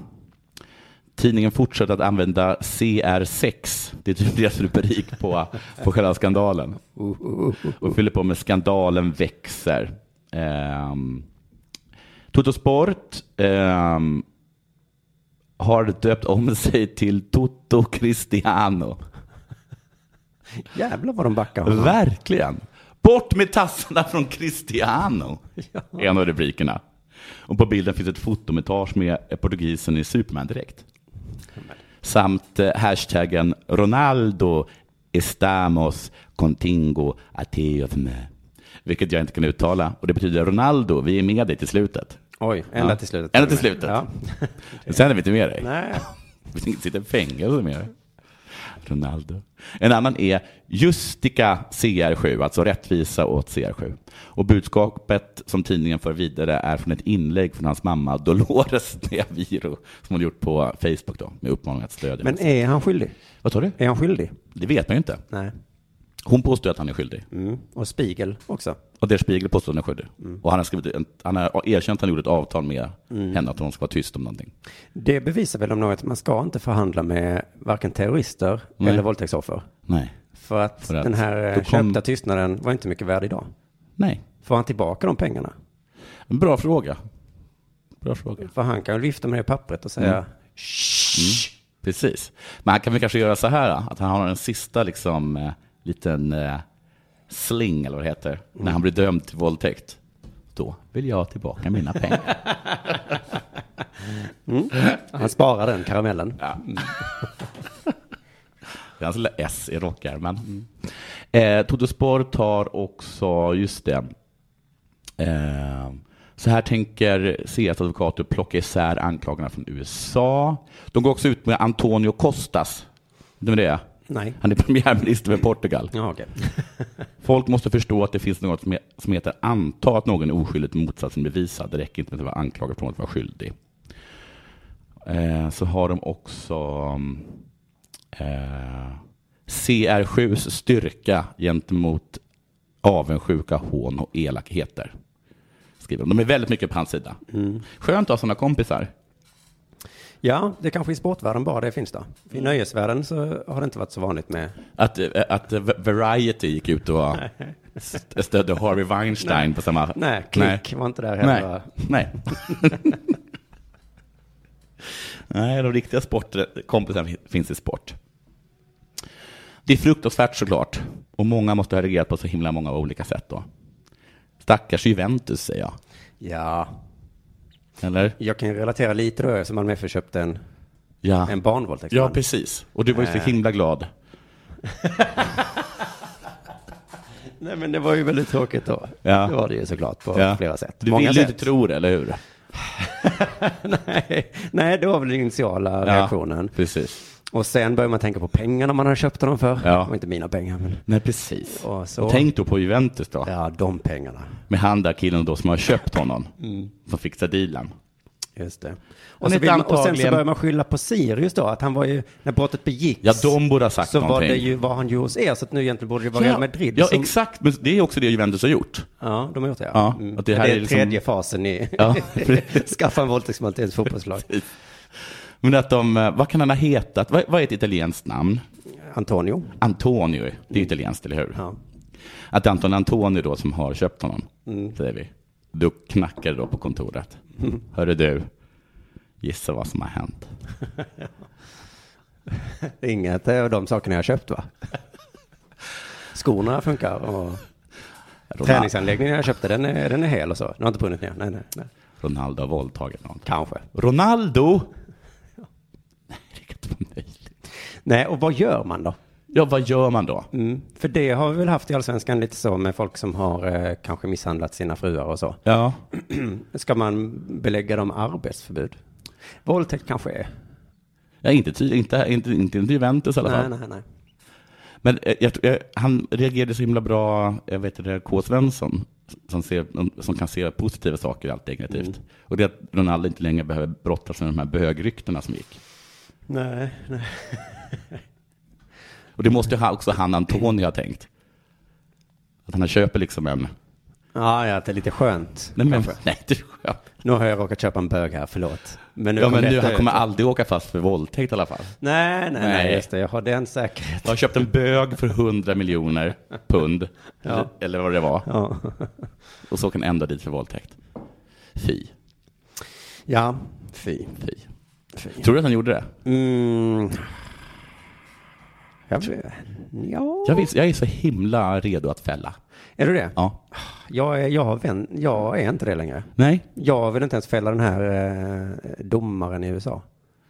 Tidningen fortsätter att använda CR6, det är typ deras rubrik på, på själva skandalen. Och fyller på med skandalen växer. Um, Toto Sport ehm, har döpt om sig till Toto Cristiano.
Jävlar vad de backar honom.
Verkligen. Bort med tassarna från Cristiano, är en av rubrikerna. Och på bilden finns ett fotometage med portugisen i Superman-dräkt. Samt eh, hashtaggen Ronaldo estamos contigo ateos me. Vilket jag inte kan uttala. Och det betyder Ronaldo, vi är med dig till slutet.
Oj, ända till slutet.
Ända till slutet.
Ja.
Men Sen är vi inte med dig.
Nej.
Vi tänker inte sitta i fängelse med dig. Ronaldo. En annan är Justica CR7, alltså rättvisa åt CR7. Och budskapet som tidningen för vidare är från ett inlägg från hans mamma Dolores Neaviro som hon gjort på Facebook då, med uppmaning att stödja
Men är han skyldig?
Vad sa du?
Är han skyldig?
Det vet man ju inte.
Nej.
Hon påstår att han är skyldig.
Mm. Och Spiegel också.
Och Der Spiegel påstår att han är skyldig. Och han har, skrivit en, han har erkänt att han gjorde ett avtal med henne att hon ska vara tyst om någonting.
Det bevisar väl om något att man ska inte förhandla med varken terrorister
Nej.
eller våldtäktsoffer.
Nej.
För att,
För att
den här
då
kom...
kom-
köpta tystnaden var inte mycket värd idag.
Nej.
Får han tillbaka de pengarna?
En bra fråga. Bra fråga.
För han kan ju vifta med det pappret och säga,
Mm. Precis. Men han kan väl kanske göra så här, då, att han har en sista liksom, eh, liten eh, sling, eller vad det heter, när han blir dömd till våldtäkt. Då vill jag ha tillbaka mina pengar.
han sparar den karamellen.
Ja. Det är hans lilla S i rockärmen. Mm. Eh, Toto Sport tar också, just det, eh, så här tänker CEs advokater plocka isär anklagarna från USA. De går också ut med Antonio Costas. Vet du det?
Nej.
Han är premiärminister för Portugal.
Ja, okej.
Folk måste förstå att det finns något som, he- som heter anta att någon är oskyldig till motsatsen bevisad. Det räcker inte med att vara anklagad från att vara skyldig. Eh, så har de också eh, CR7s styrka gentemot avundsjuka, hån och elakheter. Skriver de. de är väldigt mycket på hans sida.
Mm.
Skönt att ha sådana kompisar.
Ja, det kanske i sportvärlden bara det finns då. I nöjesvärlden så har det inte varit så vanligt med.
Att, eh, att eh, Variety gick ut och var- st- stödde Harvey Weinstein på samma...
Nej, klick var inte där
Nej.
heller. va?
Nej. Nej, de riktiga sportkompisarna finns i sport. Det är fruktansvärt såklart. Och många måste ha reagerat på så himla många olika sätt då. Stackars Juventus säger jag.
Ja,
Eller?
jag kan ju relatera lite då som man med för köpte en,
Ja.
en Eh, barnvåldtäktsman.
Ja, precis. Och du var ju så himla glad.
Nej, men det var ju väldigt tråkigt då.
Ja.
Det var det ju såklart på
Ja.
flera sätt.
Du
Många
ville ju
sätt.
inte tro det, eller hur?
Nej. Nej, det var väl den initiala reaktionen.
precis.
Och sen börjar man tänka på pengarna man har köpt dem för.
Ja.
Och inte mina pengar, men
Nej, precis.
Och så-
Och tänk då på Juventus då.
ja, de pengarna.
Med han där killen då som har köpt honom.
Mm.
Som fixar dealen.
Just det.
Han
Och, så
heter
vill man, och sen så
antagligen-
börjar man skylla på Sirius då, att han var ju, när brottet begicks.
Ja, de borde ha sagt
så var
någonting.
det ju vad han gjorde hos er, så att nu egentligen borde det vara Real Madrid
Ja,
som,
exakt. Men det är också det Juventus har gjort.
Ja, de har gjort det.
Ja,
Mm.
att
det,
det här
är,
är liksom-
tredje fasen i
Ja,
skaffa en våldtäktsman till ett fotbollslag.
Men att de, eh, vad kan han ha hetat? Vad, vad är ett italienskt namn?
Antonio.
Antonio, det är italienskt, eller hur?
Ja.
Att det är Anton Antonio då som har köpt honom,
Mm.
säger vi. Då knackar det då på kontoret. Hörru du, gissa vad som har hänt.
Det är Inget av de sakerna jag har köpt va? Skorna funkar och
Ronal-
träningsanläggningen jag köpte den är, den är hel och så. Den har inte brunnit ner. Nej, nej, nej.
Ronaldo har våldtagit någon.
Kanske.
Ronaldo! Nej, det kan inte vara möjligt.
Nej, och vad gör man då?
Ja, vad gör man då?
Mm. För det har vi väl haft i allsvenskan lite så med folk som har eh, kanske misshandlat sina fruar och så.
Ja,
Ska man belägga dem arbetsförbud? Våldtäkt kanske är.
ja inte, ty, inte, inte, inte Juventus i alla fall.
Nej, nej, nej.
Men eh, jag, tror- jag, han reagerade så himla bra, jag vet det, K. Svensson, som, ser, som kan se positiva saker i allt negativt. Och det är att Ronaldo inte längre behöver brottas med de här bögryktena som gick.
Nej, nej.
Och det måste ju ha- också han Antonio ha tänkt. Att han köper liksom en,
Ja, ja, att det är lite skönt.
Nej, men,
kanske.
nej, det är skönt.
Nu har jag råkat köpa en bög här, förlåt. Men
ja,
kom
men
detta
nu, han
ut.
kommer aldrig åka fast för våldtäkt i alla fall.
Nej, nej, nej,
Nej.
just det. Jag har den säkerheten.
Jag har köpt en bög för 100 miljoner pund, eller, eller vad det var. Och så kan ändå dit för våldtäkt. Fy.
Ja, fy.
Fy. Tror du att han gjorde det?
Mm. Jag, ja.
Jag, vill, jag är så himla redo att fälla.
Är du det?
Ja.
Jag är, jag, har vän, jag är inte det längre.
Nej.
Jag vill inte ens fälla den här eh, domaren i USA.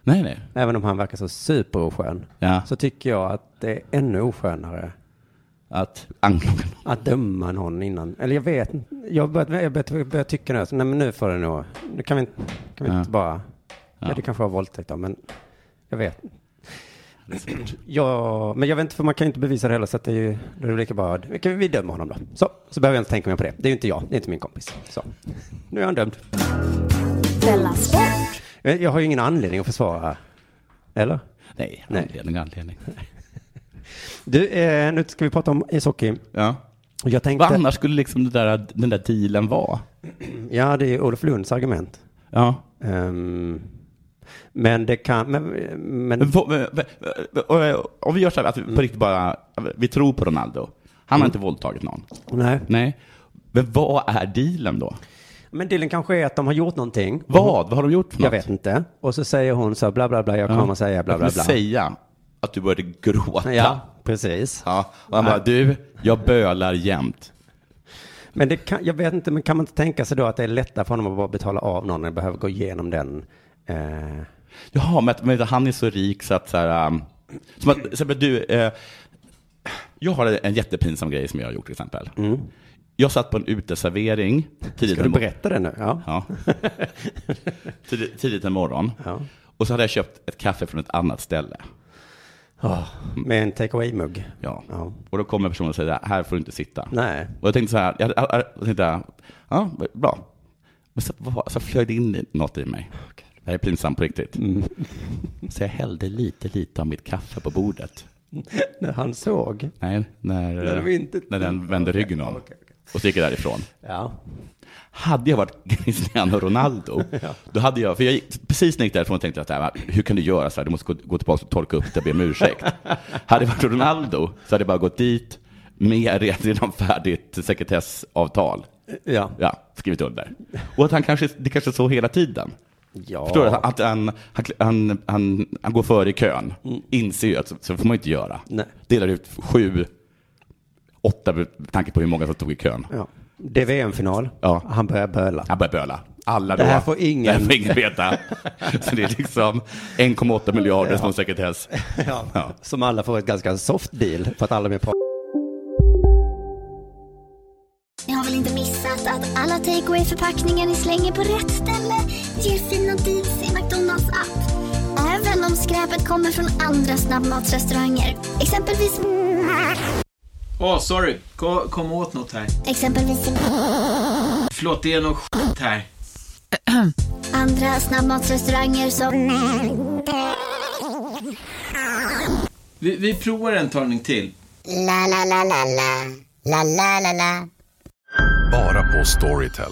Nej, nej.
Även om han verkar så superoskön.
Ja.
Så tycker jag att det är ännu oskönare
Att anklaga
att döma någon innan. Eller jag vet inte. Jag har börjat, jag har börjat, jag har börjat tycka nu. att, Nej men nu får det nog. Nu kan vi, inte- kan vi
Ja.
inte bara. Ja.
Ja.
det kanske var våldtäkt då. Men jag vet. Ja, men jag vet inte, för man kan ju inte bevisa det heller, så att det är ju, då är det lika bra, vi kan- vi dömer honom då. Så, så behöver jag inte tänka mer på det. Det är ju inte jag, det är inte min kompis. Så, nu är han dömd. Eh,
Della Sport.
Jag jag har ju ingen anledning att försvara. Eller?
Nej,
Nej.
anledning anledning.
Du, eh, nu ska vi prata om ishockey.
Ja.
Jag tänkte,
Vad annars skulle liksom det där, den där dealen vara?
ja det är Olof Lunds argument.
Ja.
Ehm, men det kan, men, men
Men, vad- men, men, eh, om vi gör så här, att vi på riktigt bara, vi tror på Ronaldo. Han har inte våldtagit någon.
nej.
Mm. Nej. Men vad är dealen då?
Men dealen kanske är att de har gjort någonting.
Vad? Vad har de gjort för
Jag
något?
vet inte. Och så säger hon så här, bla bla bla, jag kommer säga bla bla
Jag
bla.
skulle säga att du började gråta.
Ja, precis.
Ja. Och han bara, du, jag bölar jämt.
Men det kan, jag vet inte, men kan man inte tänka sig då att det är lättare för honom att bara betala av någon än behöver gå igenom den? Eh,
Jaha, men, att- men att han är så rik så att så här, um, som att, så här, men du, eh, jag har en jättepinsam grej som jag har gjort till exempel. Jag satt på en uteservering tidigt
Mm. ska du
en mor-
berätta det nu? Ja.
Ja. tidigt, tidigt en morgon.
Ja.
Och så hade jag köpt ett kaffe från ett annat ställe.
Ah, med en take away-mugg?
Ja.
Ja.
Och då kommer personen och säger, här får du inte sitta.
Nej.
Och jag tänkte så här, jag, jag, jag tänkte, ja, bra. Men så, vad- så flög det in i- något i mig. Det här är pinsamt på riktigt. Så jag hällde lite, lite av mitt kaffe på bordet.
När han såg?
Nej, när,
När de inte-
när den vände ryggen om. Och så gick jag därifrån.
Ja.
Hade jag varit Cristiano Ronaldo, då hade jag, för jag gick, precis när jag gick därifrån och tänkte att äh, hur kan du göra så här, du måste gå, gå tillbaka och torka upp det och be om ursäkt. hade jag varit Ronaldo så hade jag bara gått dit med redan färdigt sekretessavtal.
Ja.
Ja, skrivit under. Och att han kanske, det kanske är så hela tiden.
Ja.
Förstår du? Att han, han, han, han, han går före i kön, inser ju att så, så får man ju inte göra.
Mm. Nej.
Delar ut sju, åtta med tanke på hur många som stod i kön.
Ja. Det är VM-final.
Ja.
Han börjar böla.
Han börjar böla. Alla
Det
då.
här får ingen-
Det här får ingen veta. Så det är liksom 1,8 miljarder som sekretess.
Ja.
Ja.
Som alla får ett ganska soft deal för att alla är med på.
Ni har väl inte missat att alla takeaway förpackningar ni slänger på rätt ställe ger fina deals i McDonalds app. Även om skräpet kommer från andra snabbmatsrestauranger. Exempelvis...
Åh, sorry. Kom, kom åt något här.
Exempelvis...
Förlåt, det är något skit här.
Andra snabbmatsrestauranger som...
Vi, vi provar en talning till.
La, la, la, la, la. La, la, la, la.
Bara på Storytel.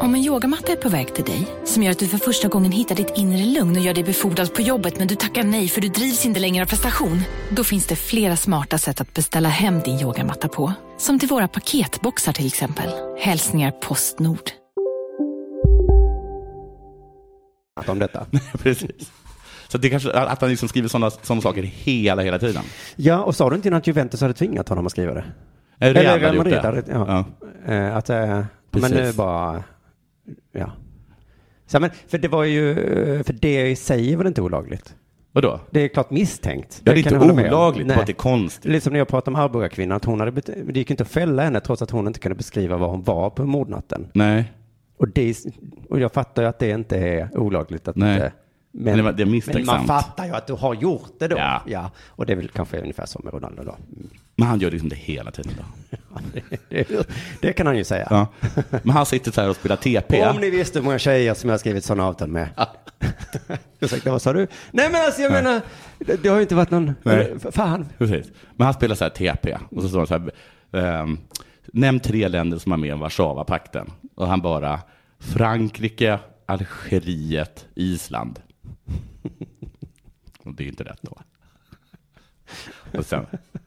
Om en yogamatta är på väg till dig, som gör att du för första gången hittar ditt inre lugn och gör dig befordrad på jobbet men du tackar nej för du drivs inte längre av prestation. Då finns det flera smarta sätt att beställa hem din yogamatta på. Som till våra paketboxar till exempel. Hälsningar Postnord.
Prata om detta.
Precis. Så det kanske, att han liksom skriver sådana såna saker hela, hela tiden.
Ja, och sa du inte innan att Juventus hade tvingat honom att skriva det?
Eh, Real hade gjort det.
hade, ja. Eh, Att, eh, men
Precis.
nu bara, ja. Så, men, för det var ju, eh, för det i sig var det inte olagligt.
Vadå?
Det är klart misstänkt.
Ja, det är
kan
inte
jag hålla med om.
olagligt,
Nej.
bara att det är konstigt.
Lite som när jag pratade om Arboga-kvinnan, att hon hade, bet- det gick ju inte att fälla henne trots att hon inte kunde beskriva vad hon var på mordnatten.
Nej.
Och, det, och jag fattar ju att det inte är olagligt att
Nej.
inte
Men det var- det är
men
misstänksamt.
man fattar ju att du har gjort det då.
Ja.
ja. Och det är väl kanske ungefär som med Ronaldo då.
Men han gör liksom det hela tiden. Då.
Det kan han ju säga.
Ja. Men han sitter så här och spelar TP.
Om ni visste hur många tjejer som jag har skrivit sådana avtal med. Ursäkta, vad sa du? Nej men alltså jag
Nej.
menar, det, det har ju inte varit någon...
Nej.
Fan.
Precis. Men han spelar så här TP. Och så står det så här. ehm, Nämn tre länder som är med i Warszawapakten. Och han bara. Frankrike, Algeriet, Island. Och det är ju inte rätt då. Och sen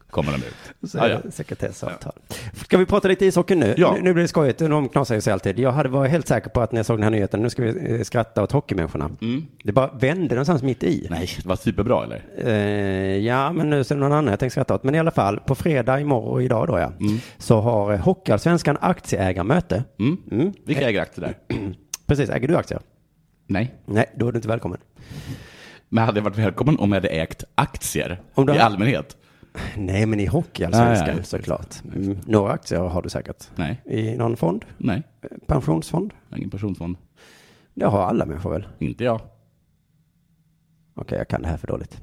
kommer de ut.
Så är det sekretessavtal. Ska vi prata lite ishockey nu?
Ja.
Nu, nu blir det skojigt, de knasar ju sig alltid. Jag hade varit helt säker på att när jag såg den här nyheten, nu ska vi eh, skratta åt hockeymänniskorna.
Mm.
Det bara vände någonstans mitt i.
Nej, det var superbra eller?
Eh, ja, men nu ser det någon annan jag tänkte skratta åt. Men i alla fall, på fredag, imorgon och idag då ja, så har eh, Hockeyallsvenskan aktieägarmöte.
Mm. Vilka äger aktier där?
Precis, äger du aktier?
Nej.
Nej, då är du inte välkommen.
Men hade jag varit välkommen om jag hade ägt aktier
Om du
i
hade-
allmänhet?
Nej, men i Hockeyallsvenskan
Ja, ja, just det.
såklart. Mm. Några aktier har du säkert.
Nej.
I någon fond?
Nej.
Eh, Pensionsfond?
Ingen pensionsfond.
Det har alla människor väl?
Inte jag.
Okej, jag kan det här för dåligt.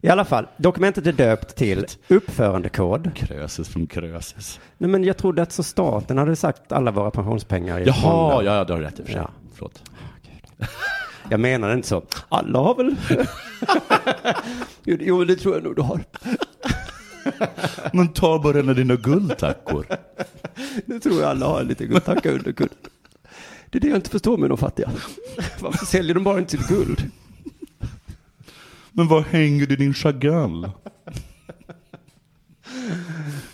I alla fall, dokumentet är döpt till uppförandekod.
Krösus från Krösus.
Nej, men jag trodde att så staten hade sagt alla våra pensionspengar i
Jaha,
fonden.
ja, ja, du har rätt i och för sig.
Ja.
Förlåt.
Jag menade inte så. Alla har väl... jo, det- jo, det tror jag nog du har.
Men ta bara en av dina guldtackor.
Det tror jag alla har en liten guldtacka under kudden. Det är det jag inte förstår med de fattiga. Varför säljer de bara inte sitt guld?
Men var hänger du din Chagall?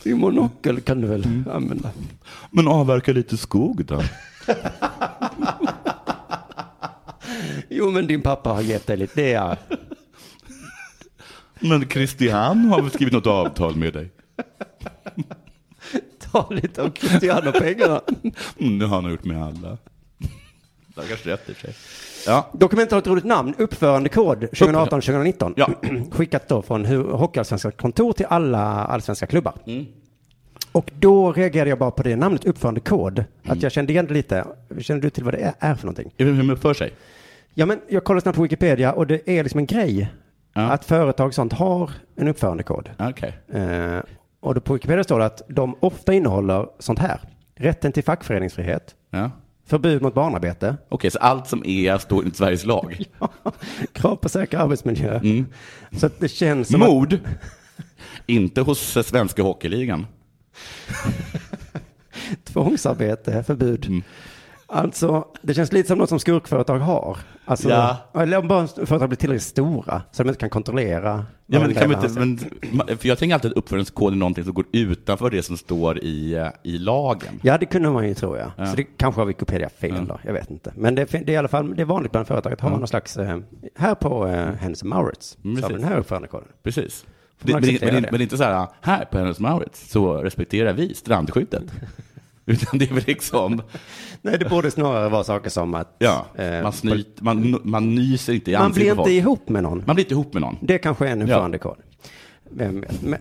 Din monokel kan du väl använda?
Men avverka lite skog då.
Jo, men din pappa har gett dig lite. Det är...
Men Christian har väl skrivit något avtal med dig?
Ta lite av Christiano-pengarna.
Mm, det har han gjort med alla. Det har kanske rätt i och för sig. Ja.
Dokumentet har ett roligt namn, uppförandekod 2018-2019. Skickat då från hu- Hockeyallsvenska kontor till alla allsvenska klubbar. Och då reagerade jag bara på det namnet, uppförandekod. Att jag kände igen det lite. Känner du till vad det är- är för någonting?
Är det hur man uppför sig?
Ja, men jag kollade snabbt på Wikipedia och det är liksom en grej. Att företag och sånt har en uppförandekod.
Okej.
Eh, och då på Wikipedia står det att de ofta innehåller sånt här. Rätten till fackföreningsfrihet.
Ja.
Förbud mot barnarbete.
Okej, så allt som är står inte Sveriges lag.
Krav på säker arbetsmiljö. Så att det känns som att...
Mord? Inte hos eh, Svenska Hockeyligan.
Tvångsarbete, förbud.
Mm.
Alltså, det känns lite som något som skurkföretag har. Alltså,
Ja.
Eller om bara företag blir tillräckligt stora så de inte kan kontrollera.
Ja,
vad
men
de
kan man
lämnar
inte,
sig.
men, ma- för jag tänker alltid att uppförandekoden är någonting som går utanför det som står i, eh, i lagen.
Ja, det kunde man ju tro, ja.
Ja.
Så det kanske har Wikipedia fel då, jag vet inte. Men det, fin- det är i alla fall det är vanligt bland företag att ha någon slags, eh, här på eh, Hennes Maurits,
Mm,
så har vi
precis.
den här uppförandekoden.
Precis.
Får
Det,
man
men, det-
acceptera
men, det-
det?
men det är inte så här, "Ah, här på Hennes Maurits så respekterar vi strandskyddet. Utan det är väl liksom,
Nej, det borde snarare vara saker som att
ja,
eh,
man, snyt, man, man nyser inte i
man blir
ansiktet
inte
på folk.
ihop med någon.
Man blir inte ihop med någon.
Det kanske är en
Ja.
uppförandekod. Vem vet. Men,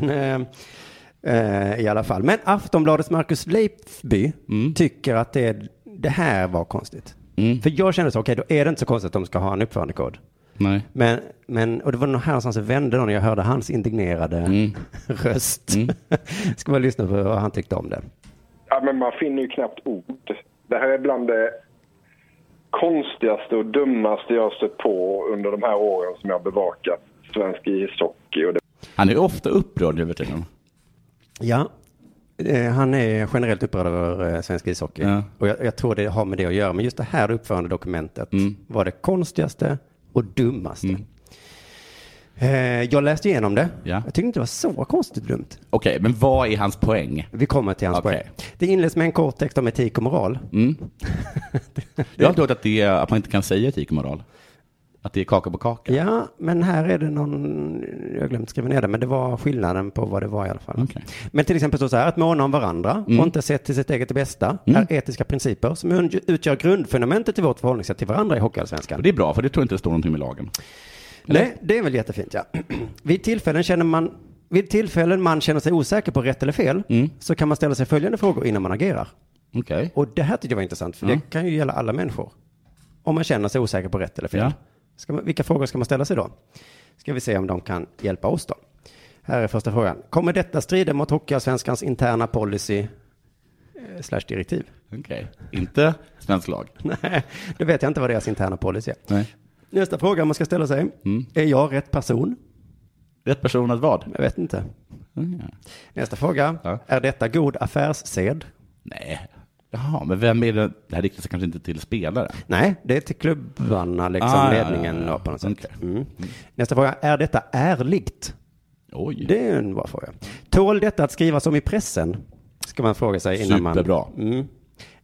men eh, eh, i alla fall. Men Aftonbladets Marcus Leifby tycker att det, det här var konstigt. För jag kände så, okej då är det inte så konstigt att de ska ha en uppförandekod.
Nej.
Men, men, och det var nog här någonstans jag vände då när jag hörde hans indignerade röst. ska man lyssna på vad han tyckte om det.
Ja, men man finner ju knappt ord. Det här är bland det konstigaste och dummaste jag har stött på under de här åren som jag har bevakat svensk ishockey. Och det...
Han är ju ofta upprörd nu för tiden.
Ja, eh, han är generellt upprörd över eh, svensk ishockey.
Ja.
Och jag, jag tror det har med det att göra. Men just det här uppförandedokumentet
Mm.
var det konstigaste och dummaste. Eh, jag läste igenom det.
Ja.
Jag tyckte inte det var så konstigt dumt.
Okej, men vad är hans poäng?
Vi kommer till hans
Okej.
poäng. Det inleds med en kort text om etik och moral.
Mm. Jag har alltid hört att, det är, att man inte kan säga etik och moral. Att det är kaka på kaka.
Ja, men här är det någon, jag har glömt skriva ner det, men det var skillnaden på vad det var i alla fall. Men till exempel så, så här, att måna om varandra och inte se till sitt eget bästa är etiska principer som un- utgör grundfundamentet i vårt förhållningssätt till varandra i Hockeyallsvenskan.
Och det är bra, för det tror jag inte det står någonting med lagen.
Nej, det är väl jättefint ja. vid, tillfällen känner man, vid tillfällen man känner sig osäker på rätt eller fel så kan man ställa sig följande frågor innan man agerar.
Okej.
Och det här tyckte jag var intressant, för
Ja.
det kan ju gälla alla människor. Om man känner sig osäker på rätt eller fel.
Ja.
Ska man, vilka frågor ska man ställa sig då? Ska vi se om de kan hjälpa oss då. Här är första frågan. Kommer detta strida mot Hockeyallsvenskans interna policy eh, slash direktiv?
Okej. Inte svensk lag.
Nej, då vet jag inte vad deras interna policy är. Nästa fråga man ska ställa sig. Är jag rätt person?
Rätt person att vad?
Jag vet inte. Nästa fråga. Är detta god affärssed?
Nej. Jaha, men vem är det? Det här riktar sig kanske inte till spelare.
Nej, det är till klubbarna, liksom
Ah, ja,
ledningen
ja, ja.
då, på något sätt. Mm. Nästa fråga. Är detta ärligt?
Oj.
Det är en bra fråga. Tål detta att skrivas om i pressen? Ska man fråga sig innan man...
Superbra. Mm.
Mm.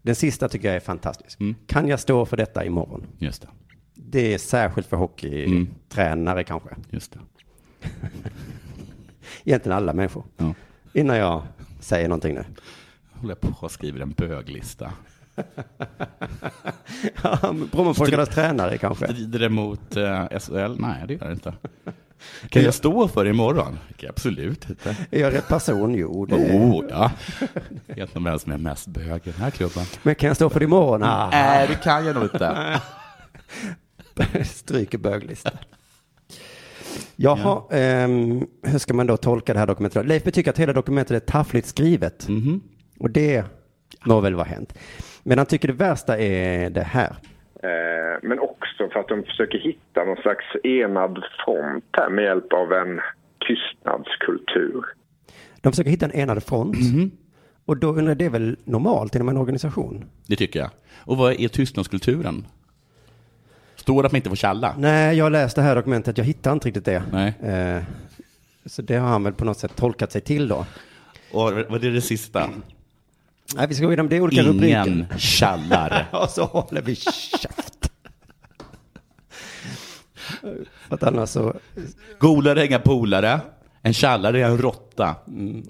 Den sista tycker jag är fantastisk. Kan jag stå för detta imorgon?
Just det.
Det är särskilt för hockeytränare
Mm.
kanske.
Just det.
Egentligen alla människor. Innan jag säger någonting nu.
Håller jag på och skriver en böglista.
Ja, Brommapojkarnas tränare kanske.
Strider det mot eh, SHL? Nej, det gör det inte. Kan jag stå för det imorgon? Det kan jag absolut inte.
Är jag rätt person? Jo, det är-
Oh, ja. Jag vet inte vem som är mest bög i den här klubben.
Men kan jag stå för det imorgon?
Mm.
Ah.
Nej, det kan jag nog inte.
Stryker böglistan. Jaha, ehm, hur ska man då tolka det här dokumentet? Leif tycker att hela dokumentet är taffligt skrivet.
Mhm.
Och det må väl vara hänt. Men han tycker det värsta är det här.
Eh, Men också för att de försöker hitta någon slags enad front här med hjälp av en tystnadskultur.
De försöker hitta en enad front.
Mhm.
Och då undrar jag, det är väl normalt inom en organisation?
Det tycker jag. Och vad är tystnadskulturen? Står det att man inte får tjalla?
Nej, jag läste det här dokumentet, jag hittar inte riktigt det.
Nej.
Eh, så det har han väl på något sätt tolkat sig till då.
Och vad är det sista?
Nej, vi ska gå igenom det är olika
Ingen
rubriker.
tjallar.
och så håller vi käft. För att annars så...
Golare är inga polare. En tjallare är en råtta.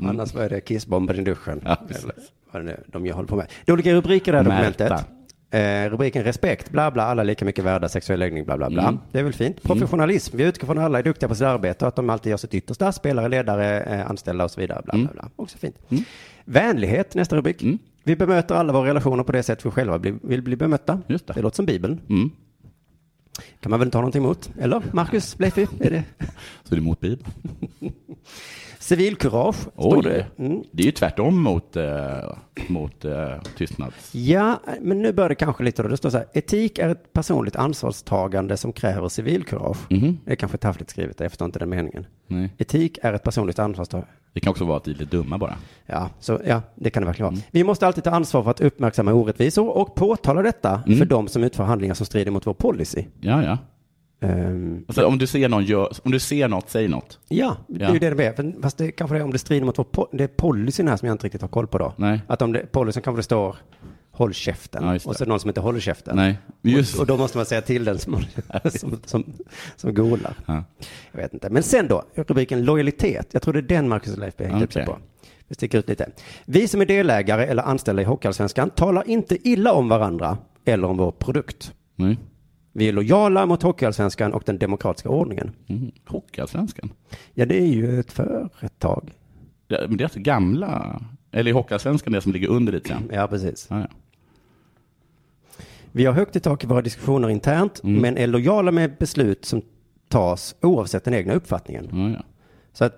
Annars var det kissbomber i duschen.
Mm. Ja, precis.
Eller vad det nu är de jag håller på med. Det är olika rubriker i det här
Märta.
dokumentet. Eh, rubriken respekt, bla bla, alla lika mycket värda, sexuell läggning, bla bla bla.
Mm.
Det är väl fint. Professionalism, vi utgår från att alla är duktiga på sitt arbete och att de alltid gör sitt yttersta, spelare, ledare, eh, anställda och så vidare. Bla,
Mm.
bla, bla. Också fint. Vänlighet, nästa rubrik. Vi bemöter alla våra relationer på det sätt vi själva bli, vill bli bemötta. Just det. låter som Bibeln.
Mm.
Kan man väl inte ha någonting emot? Eller? Marcus, Leifby, är det?
Så är det mot Bibeln.
Civilkurage, står det.
Oj, det är ju tvärtom mot, eh, mot eh, tystnads...
Ja, men nu börjar det kanske lite då. Det står så här, etik är ett personligt ansvarstagande som kräver civilkurage. Det är kanske taffligt skrivet, jag förstår inte den meningen.
Mhm. Nej.
Etik är ett personligt ansvarstagande.
Det kan också vara att vi är lite dumma bara.
Ja, så, ja, det kan det verkligen vara.
Mm.
Vi måste alltid ta ansvar för att uppmärksamma orättvisor och påtala detta
Mm.
för de som utför handlingar som strider mot vår policy.
Ja, ja.
Ehm,
Alltså, om, du ser någon gör, om du ser något, säg något.
ja, det är ju det det är. Fast det kanske det är om det strider mot vår po- det är policyn här som jag inte riktigt har koll på då.
Nej.
Att om det, policyn kanske det står håll käften
Ja, just det.
och så är det någon som inte håller käften.
Nej, just
Och, och då måste man säga till den som, som, som, som golar.
Ja.
Jag vet inte. Men sen då, rubriken lojalitet. Jag tror det är den Marcus och Leif hängde upp sig på.
Okej.
Vi sticker ut lite. Vi som är delägare eller anställda i Hockeyallsvenskan talar inte illa om varandra eller om vår produkt.
Nej.
Vi är lojala mot Hockeyallsvenskan och den demokratiska ordningen.
Mm. Hockeyallsvenskan?
Ja, det är ju ett företag.
Ja, men det är alltså gamla... Eller i Hockeyallsvenskan, det som ligger under lite grann.
Ja, precis.
Ja, ja.
Vi har högt i tak i våra diskussioner internt,
Mm.
men är lojala med beslut som tas oavsett den egna uppfattningen.
Mm.
Så att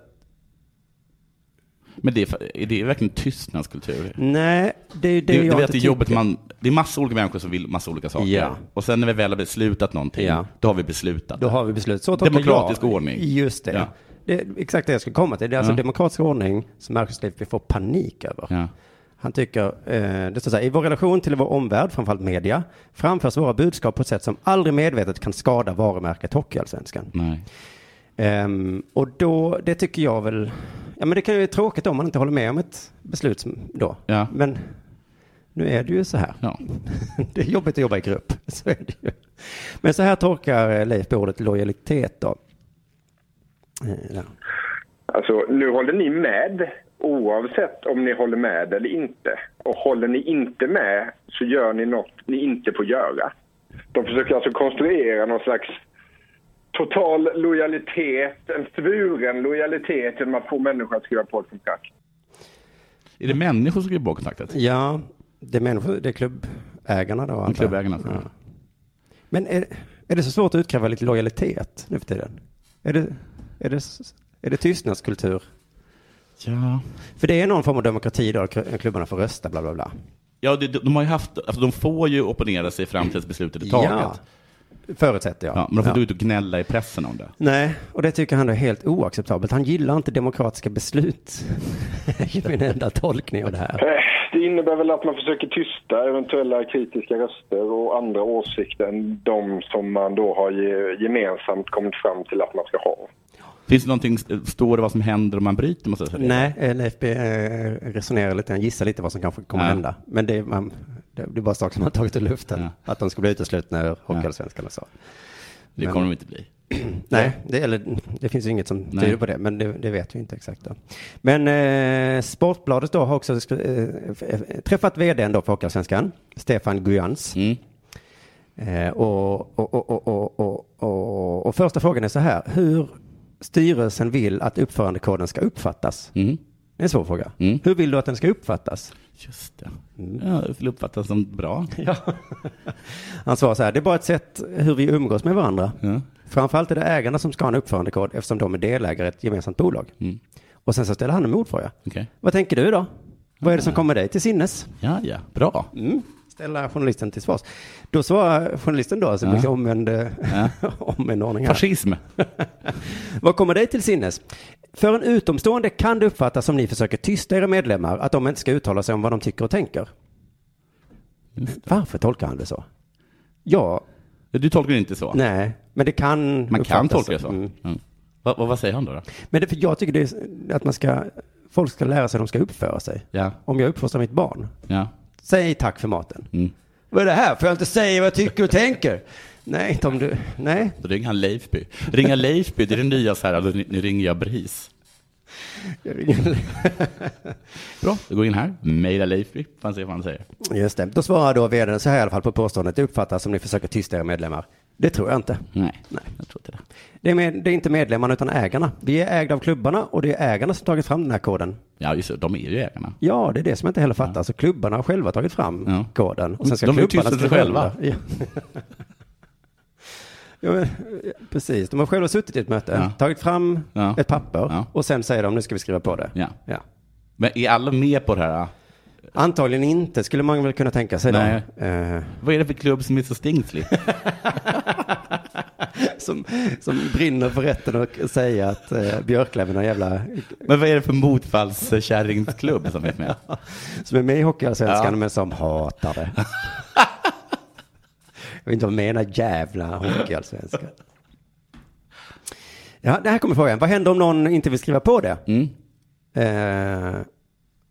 Men det är, fa- är det verkligen tystnadskultur?
Nej, det är ju det,
det,
jag
vet,
inte
det är jobbigt
tycker.
man, det är massa olika människor som vill massa olika saker.
Ja.
Och sen när vi väl har beslutat någonting, då har vi beslutat.
Då har vi beslut. Så tolkar
Demokratisk
jag.
ordning.
Just det.
Ja.
Det är exakt det jag skulle komma till. Det är alltså
Ja.
demokratisk ordning som Marcus Leifby får panik över.
Ja.
Han tycker, eh, det står så här, i vår relation till vår omvärld, framförallt media, framförs våra budskap på ett sätt som aldrig medvetet kan skada varumärket Hockeyallsvenskan.
Nej.
Ehm, och då, det tycker jag väl, ja men det kan ju vara tråkigt om man inte håller med om ett beslut som, då.
Ja.
Men nu är det ju så här.
Ja.
det är jobbigt att jobba i grupp. Så är det ju. Men så här tolkar eh, Leif ordet lojalitet då. Eh, Ja.
Alltså, nu håller ni med oavsett om ni håller med eller inte. Och håller ni inte med så gör ni något ni inte får göra. De försöker alltså konstruera någon slags total lojalitet, en svuren lojalitet genom att få människor att skriva på ett kontrakt.
Är det människor som skriver på kontraktet? alltså.
Ja, det är människor, det är klubbägarna då. antar jag.
klubbägarna som-
Men är, Är det så svårt att utkräva lite lojalitet nu för tiden? Är det, är det, är det tystnadskultur?
Ja.
För det är någon form av demokrati då, klubbarna får rösta, bla bla bla.
Ja, det, de har ju haft, alltså de får ju opponera sig fram tills beslutet är taget.
Ja, förutsätter jag.
Ja, men de får
Ja.
inte ut och gnälla i pressen om det.
Nej, och det tycker han är helt oacceptabelt. Han gillar inte demokratiska beslut. Det är min enda tolkning av det här.
Eh, Det innebär väl att man försöker tysta eventuella kritiska röster och andra åsikter än de som man då har ge- gemensamt kommit fram till att man ska ha.
Finns det någonting, står det vad som händer om man bryter mot sig?
Nej, eh, Leif eh, resonerar lite, han gissar lite vad som kanske kommer
Ja.
hända. Men det är, man, det det är bara saker som man tagit ur luften. Att de ska bli uteslutna ur Hockeyallsvenskan och så.
Det kommer de inte bli.
Nej, det, eller, det finns ju inget som
Nej.
tyder på det, men det, det vet vi inte exakt. Då. Men eh, Sportbladet då har också skri- eh, f- eh, träffat vdn då för Hockeyallsvenskan, Stefan Guyans. Eh, och, och, och, och, och, och, och, och första frågan är så här, hur styrelsen vill att uppförandekoden ska uppfattas? Det är en svår fråga. Hur vill du att den ska uppfattas?
Just det.
Mm.
Ja, det vill uppfattas som bra.
Han svarar så här, det är bara ett sätt hur vi umgås med varandra. Framförallt är det ägarna som ska ha en uppförandekod eftersom de är delägare i ett gemensamt bolag. Och sen så ställer han en motfråga.
Okej.
Vad tänker du då? Vad är det som kommer dig till sinnes?
Ja, ja, bra.
Mm. Ställa journalisten till svars. Då svarar journalisten då, alltså
Ja.
det blir omvänd, omvänd ordning här.
Fascism.
Vad kommer dig till sinnes? För en utomstående kan det uppfattas som ni försöker tysta era medlemmar att de inte ska uttala sig om vad de tycker och tänker. Varför tolkar han det så? Ja.
Du tolkar det inte så?
Nej, men det kan
Man kan
uppfattas
tolka det så. Mm. Va, va, vad säger han då? då?
Men det, för jag tycker det är att man ska, folk ska lära sig hur de ska uppföra sig.
Ja.
Om jag uppfostrar mitt barn,
Ja.
säg tack för maten.
Mm.
Vad är det här? Får jag inte säga vad jag tycker och tänker? Nej, inte om du, nej.
Då ringer han Leifby. Ringa Leifby, det är det nya så här, alltså, nu nu ringer jag BRIS. Bra, då går jag in här, mejla Leifby, får han se vad han säger.
Just det. Då svarar då vdn så här i alla fall på påståendet. Det uppfattas som ni försöker tysta era medlemmar. Det tror jag inte.
Nej,
jag tror inte det. Det är, med, det är inte medlemmarna utan ägarna. Vi är ägda av klubbarna och det är ägarna som tagit fram den här koden.
Ja, just det, de är ju ägarna.
Ja, det är det som jag inte heller fattar. Så klubbarna har själva tagit fram koden. Och sen ska
De är ju
klubbarna
tysta sig
skriva
själva.
under. Ja. ja, men, ja, precis. De har själva suttit i ett möte, tagit fram ett papper och sen säger de nu ska vi skriva på det.
Ja.
Ja.
Men är alla med på det här?
Antagligen inte, skulle man väl kunna tänka sig. då.
Nej.
Eh,
Vad är det för klubb som är så stingslig?
som, som brinner för rätten att säga att eh, Björklöven har jävla...
Men vad är det för motfallskärringsklubb som är med?
Som är med i Hockeyallsvenskan
Ja.
men som hatar det. Jag vet inte vad jag menar jävla Hockeyallsvenskan. Ja, det här kommer frågan. Vad händer om någon inte vill skriva på det?
Mm.
Eh,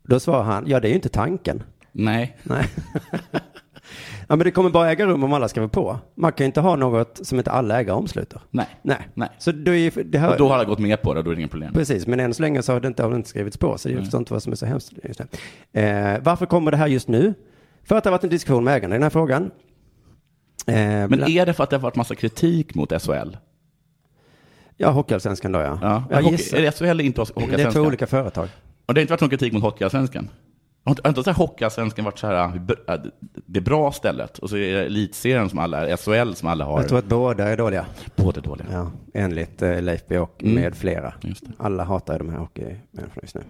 då svarar han, ja det är ju inte tanken.
Nej.
Nej. ja men det kommer bara äga rum om alla skriver på. Man kan ju inte ha något som inte alla ägare omsluter.
Nej.
Nej.
Nej.
Så då är ju- det här...
Och då har alla gått med på det, då är det inga problem.
Precis, men än så länge så har det inte, har det inte skrivits på, så jag
Nej.
förstår inte vad som är så hemskt. Just det. Eh, varför kommer det här just nu? För att det har varit en diskussion med ägarna i den här frågan. Eh,
Men är det för att det har varit massa kritik mot SHL?
Ja, Hockeyallsvenskan då ja.
Ja,
Jag
hockey-
gissar.
är det SHL eller inte Hockeyallsvenskan?
Det är två olika företag.
Och det har inte varit någon kritik mot Hockeyallsvenskan? Har inte- har inte så här Hockeyallsvenskan varit så här, äh, det är bra stället, och så är det elitserien som alla, SHL som alla har?
Jag tror att båda är dåliga.
Båda är dåliga.
Ja, enligt eh, Leif Björk
Mm.
med flera. Alla hatar ju de här hockeymänniskorna just nu.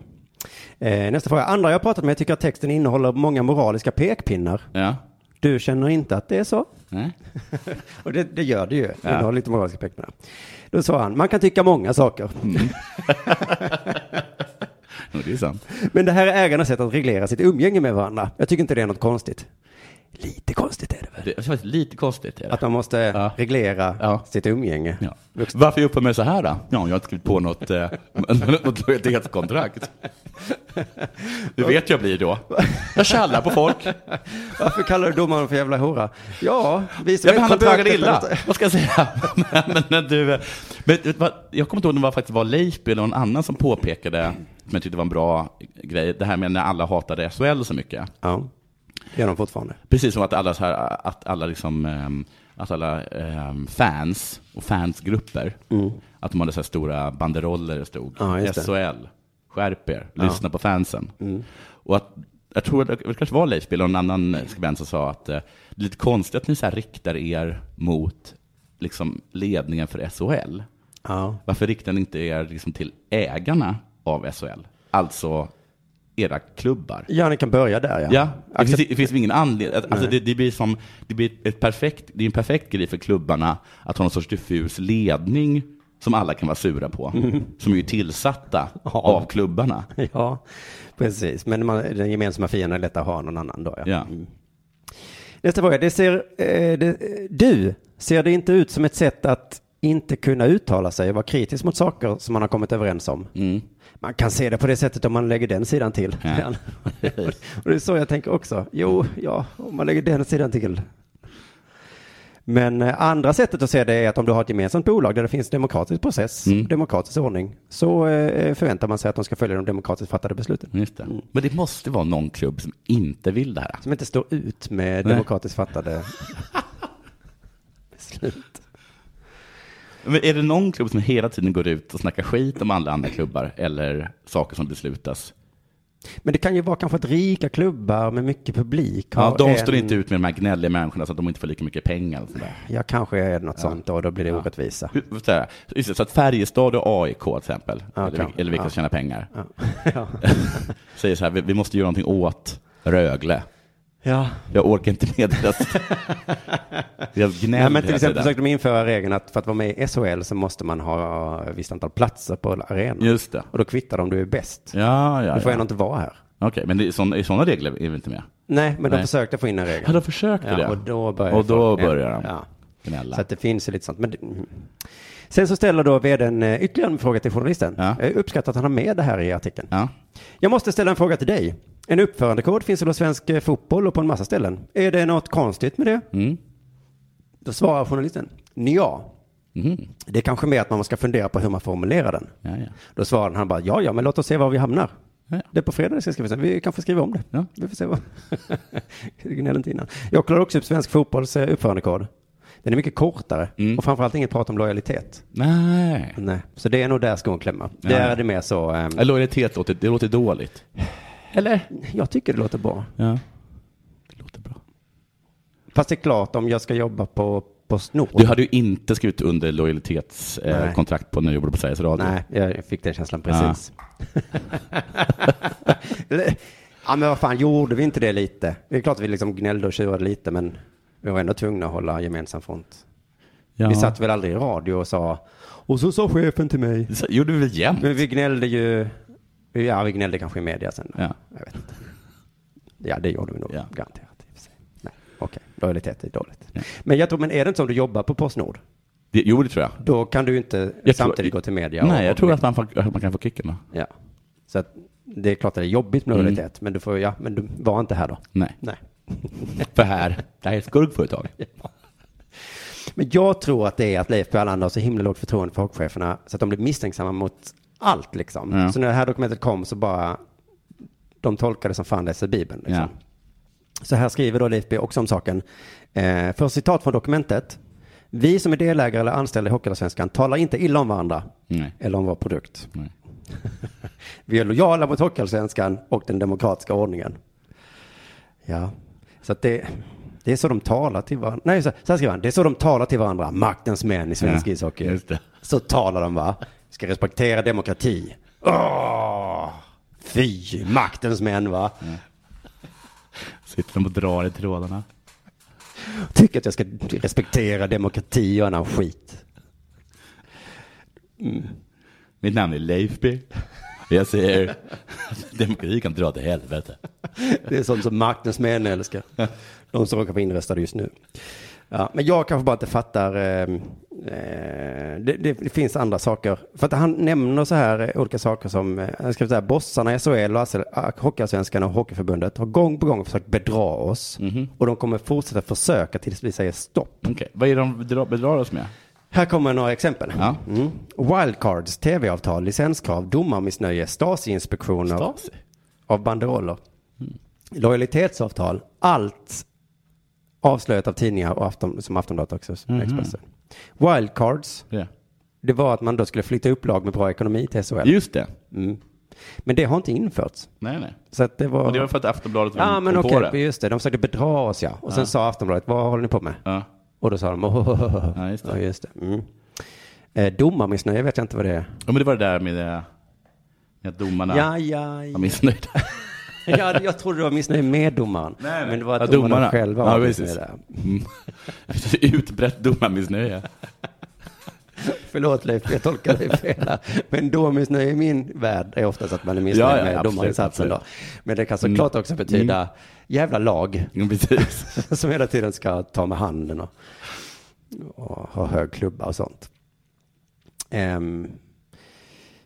Eh, nästa fråga. Andra jag har pratat med tycker att texten innehåller många moraliska pekpinnar.
Ja.
Du känner inte att det är så?
Nej.
Och det, det gör det ju.
Ja.
Det innehåller lite moraliska pekpinnar. Då sa han, man kan tycka många saker.
Ja, det är sant.
Men det här är ägarnas sätt att reglera sitt umgänge med varandra. Jag tycker inte det är något konstigt. Lite konstigt är det väl?
Det är faktiskt lite konstigt. Är det.
Att man måste reglera sitt umgänge.
Ja. Varför är jag uppe med så här då? Ja, jag har inte skrivit på något, eh, något lojalitetskontrakt. Du vet jag blir då. Jag tjallar på folk.
Varför kallar du domaren för jävla hora? Ja, vi som
Jag
är
behandlar
kontraktet-
bögar illa. Vad ska jag säga? Men, men, när du, eh, men, vet du vad? jag kommer inte ihåg om det var faktiskt var Leifby eller någon annan som påpekade, som jag tyckte var en bra grej, det här med när alla hatade SHL så mycket.
Ja, det gör de fortfarande.
Precis som att alla, så här, att alla, liksom, ehm, att alla ehm, fans och fansgrupper, att de hade så här stora banderoller där det stod
Mm. Ja, just det.
SHL, skärp er,
Ja. Mm.
lyssna på fansen. Och att, jag tror att det kanske var Leif Bill och någon annan skribent som sa att eh, det är lite konstigt att ni så här riktar er mot liksom ledningen för SHL. Varför riktar ni inte er liksom till ägarna av SHL? Alltså era klubbar.
Ja, ni kan börja där ja.
Ja, det
Accept-
finns, det finns ingen anledning. att- Alltså
Nej.
det, det blir som, det blir ett perfekt, det är en perfekt grej för klubbarna att ha någon sorts diffus ledning som alla kan vara sura på.
Mm.
Som är ju tillsatta av klubbarna.
Ja, precis. Men man, den gemensamma fienden är lätt att ha någon annan då. Ja. Mm. Nästa fråga. Det ser, eh, det, du, ser det inte ut som ett sätt att inte kunna uttala sig och vara kritisk mot saker som man har kommit överens om? Man kan se det på det sättet om man lägger den sidan till.
Ja.
och det är så jag tänker också. Jo, ja, om man lägger den sidan till. Men eh, andra sättet att se det är att om du har ett gemensamt bolag där det finns demokratisk process, demokratisk ordning, så eh, förväntar man sig att de ska följa de demokratiskt fattade besluten.
Just det. Men det måste vara någon klubb som inte vill det här.
Som inte står ut med
Nej.
demokratiskt fattade beslut.
Men är det någon klubb som hela tiden går ut och snackar skit om alla andra klubbar eller saker som beslutas?
Men det kan ju vara kanske att rika klubbar med mycket publik
Ja,
har
de
en-
står inte ut med de här gnälliga människorna så att de inte får lika mycket pengar. Och sådär.
Ja, kanske är det något sånt och då blir det orättvisa.
Hur- Så, här, just det, så att Färjestad och AIK till exempel,
Ja,
eller,
kanske.
eller vilka som tjänar
Ja.
pengar,
Ja.
säger så här, vi, vi måste göra någonting åt Rögle.
Ja.
Jag orkar inte med deras, deras gnäll
Nej, men till
hela
exempel
tiden.
försökte de införa regeln att för att vara med i SHL så måste man ha ett visst antal platser på arenan.
Just det.
Och då kvittar de om du är bäst.
Ja, ja,
Du får
ja.
ändå inte vara här.
Okej, men det, är sån, i sådana regler är vi inte med?
Nej, men de försökte få in en regel.
Ja, de försökte
ja,
det.
Och då börjar
Och då
folk-
börjar de
Ja.
gnälla.
Så att det finns ju lite sånt. Men det, mm. Sen så ställer då vdn eh, ytterligare en fråga till journalisten. Jag uppskattar att han har med det här i artikeln. Jag måste ställa en fråga till dig. En uppförandekod finns väl hos svensk eh, fotboll och på en massa ställen. Är det något konstigt med det?
Mm.
Då svarar journalisten, ja.
Mhm.
Det är kanske mer att man ska fundera på hur man formulerar den. Då svarar han bara, ja ja, men låt oss se var vi hamnar. Det är på fredag det ska skrivas. Vi kanske skriver om det. Vi får se vad. Gnäll inte innan. Jag kollar också upp svensk fotbolls eh, uppförandekod. Den är mycket kortare
Mm.
och framförallt inget prat om lojalitet.
Nej.
Nej. Så det är nog där skon klämmer.
Ja.
Där är det mer så. ehm,
Ja, Lojalitet låter, det låter dåligt. Eller?
Jag tycker det låter bra.
Ja. Det låter bra.
Fast det är klart om jag ska jobba på Postnord.
Du hade ju inte skrivit under lojalitetskontrakt
Nej.
eh, kontrakt på när du jobbade på Sveriges Radio.
Nej, jag fick den känslan precis. ja men vad fan, gjorde vi inte det lite? Det är klart att vi liksom gnällde och tjurade lite men vi var ändå tvungna att hålla gemensam front.
Ja.
Vi satt väl aldrig i radio och sa och så sa chefen till mig.
Det gjorde vi väl jämt?
Men vi gnällde ju, ja vi gnällde kanske i media sen.
Ja.
Jag vet inte. Ja det gjorde vi nog garanterat. i och för sig. Nej, okej, lojalitet är dåligt. Men jag tror, men är det inte så om du jobbar på Postnord?
Det, jo, det tror jag.
Då kan du ju inte
Jag tror-
samtidigt gå till media. och-
Nej, jag
och
tror att man, får, att man kan få kicken. då.
Ja. Så att det är klart att det är jobbigt med
Mm.
lojalitet, men du får, ja, men du var inte här då.
Nej.
Nej.
För här, det här är ett skurkföretag.
Men jag tror att det är att Leif Berlander har så himla lågt förtroende för hockeycheferna så att de blir misstänksamma mot allt liksom.
Ja.
Så när det här dokumentet kom så bara, de tolkade som fan läser Bibeln. Liksom.
Ja.
Så här skriver då Leif B också om saken. Eh, för citat från dokumentet. Vi som är delägare eller anställda i Hockeyallsvenskan talar inte illa om varandra
Nej.
eller om vår produkt.
Nej.
Vi är lojala mot Hockeyallsvenskan och den demokratiska ordningen. Ja, så att det, det är så de talar till varandra. Nej, så, så här skriver han. Det är så de talar till varandra, maktens män i svensk
Ja,
ishockey.
just det.
Så talar de va? Ska respektera demokrati. Åh, fy, maktens män va?
Sitter de och drar i trådarna.
Tycker att jag ska respektera demokrati och annan skit.
Mitt namn är Leifby. Jag säger, demokrati kan dra till helvete.
Det är sånt som maktens män älskar. De som råkar vara inröstade just nu. Ja, men jag kanske bara inte fattar. Eh, eh, det, det, det finns andra saker. För att han nämner så här eh, olika saker som, eh, han skriver så här, bossarna i SHL och Assel- ah, Hockeyallsvenskan och Hockeyförbundet har gång på gång försökt bedra oss. Och de kommer fortsätta försöka tills vi säger stopp.
Okej, Vad är det de bedrar, bedrar oss med?
Här kommer några exempel. Mm. Wildcards, tv-avtal, licenskrav, domarmissnöje, Stasi-inspektioner
Stasi?
av banderoller, lojalitetsavtal, allt avslöjat av tidningar och afton, som Aftonbladet också,
Mhm.
Expressen. Wildcards,
Ja.
det var att man då skulle flytta upp lag med bra ekonomi till SHL.
Just det.
Mm. Men det har inte införts.
Nej, nej.
Så att det var...
Och det var för att Aftonbladet
Ja,
kom
men
på
okej,
det.
just det. De försökte bedra oss, ja. Och sen
Ja.
sa Aftonbladet, vad håller ni på med?
Ja.
Och då sa de, oh, oh, oh, oh. Ja, just det. Ja, just det. Mm. Eh, domarmissnöje vet jag inte vad det är.
Ja, men det var det där med, det, med att domarna
Ja, ja, ja.
var missnöjda.
ja, jag trodde du var missnöjd med domaren.
Nej,
Men det var
ja,
att domarna,
domarna.
själva
Ja,
var
precis.
missnöjda.
Mm. Utbrett domarmissnöje.
Förlåt Leif, jag tolkar dig fel. här. Men domarmissnöje i min värld är oftast att man är missnöjd
Ja, ja,
med
absolut,
domarinsatsen. Då.
absolut.
Men det kan såklart
Mm.
också betyda
Mm.
jävla lag.
precis.
som hela tiden ska ta med handen och, och ha hög klubba och sånt. Ehm,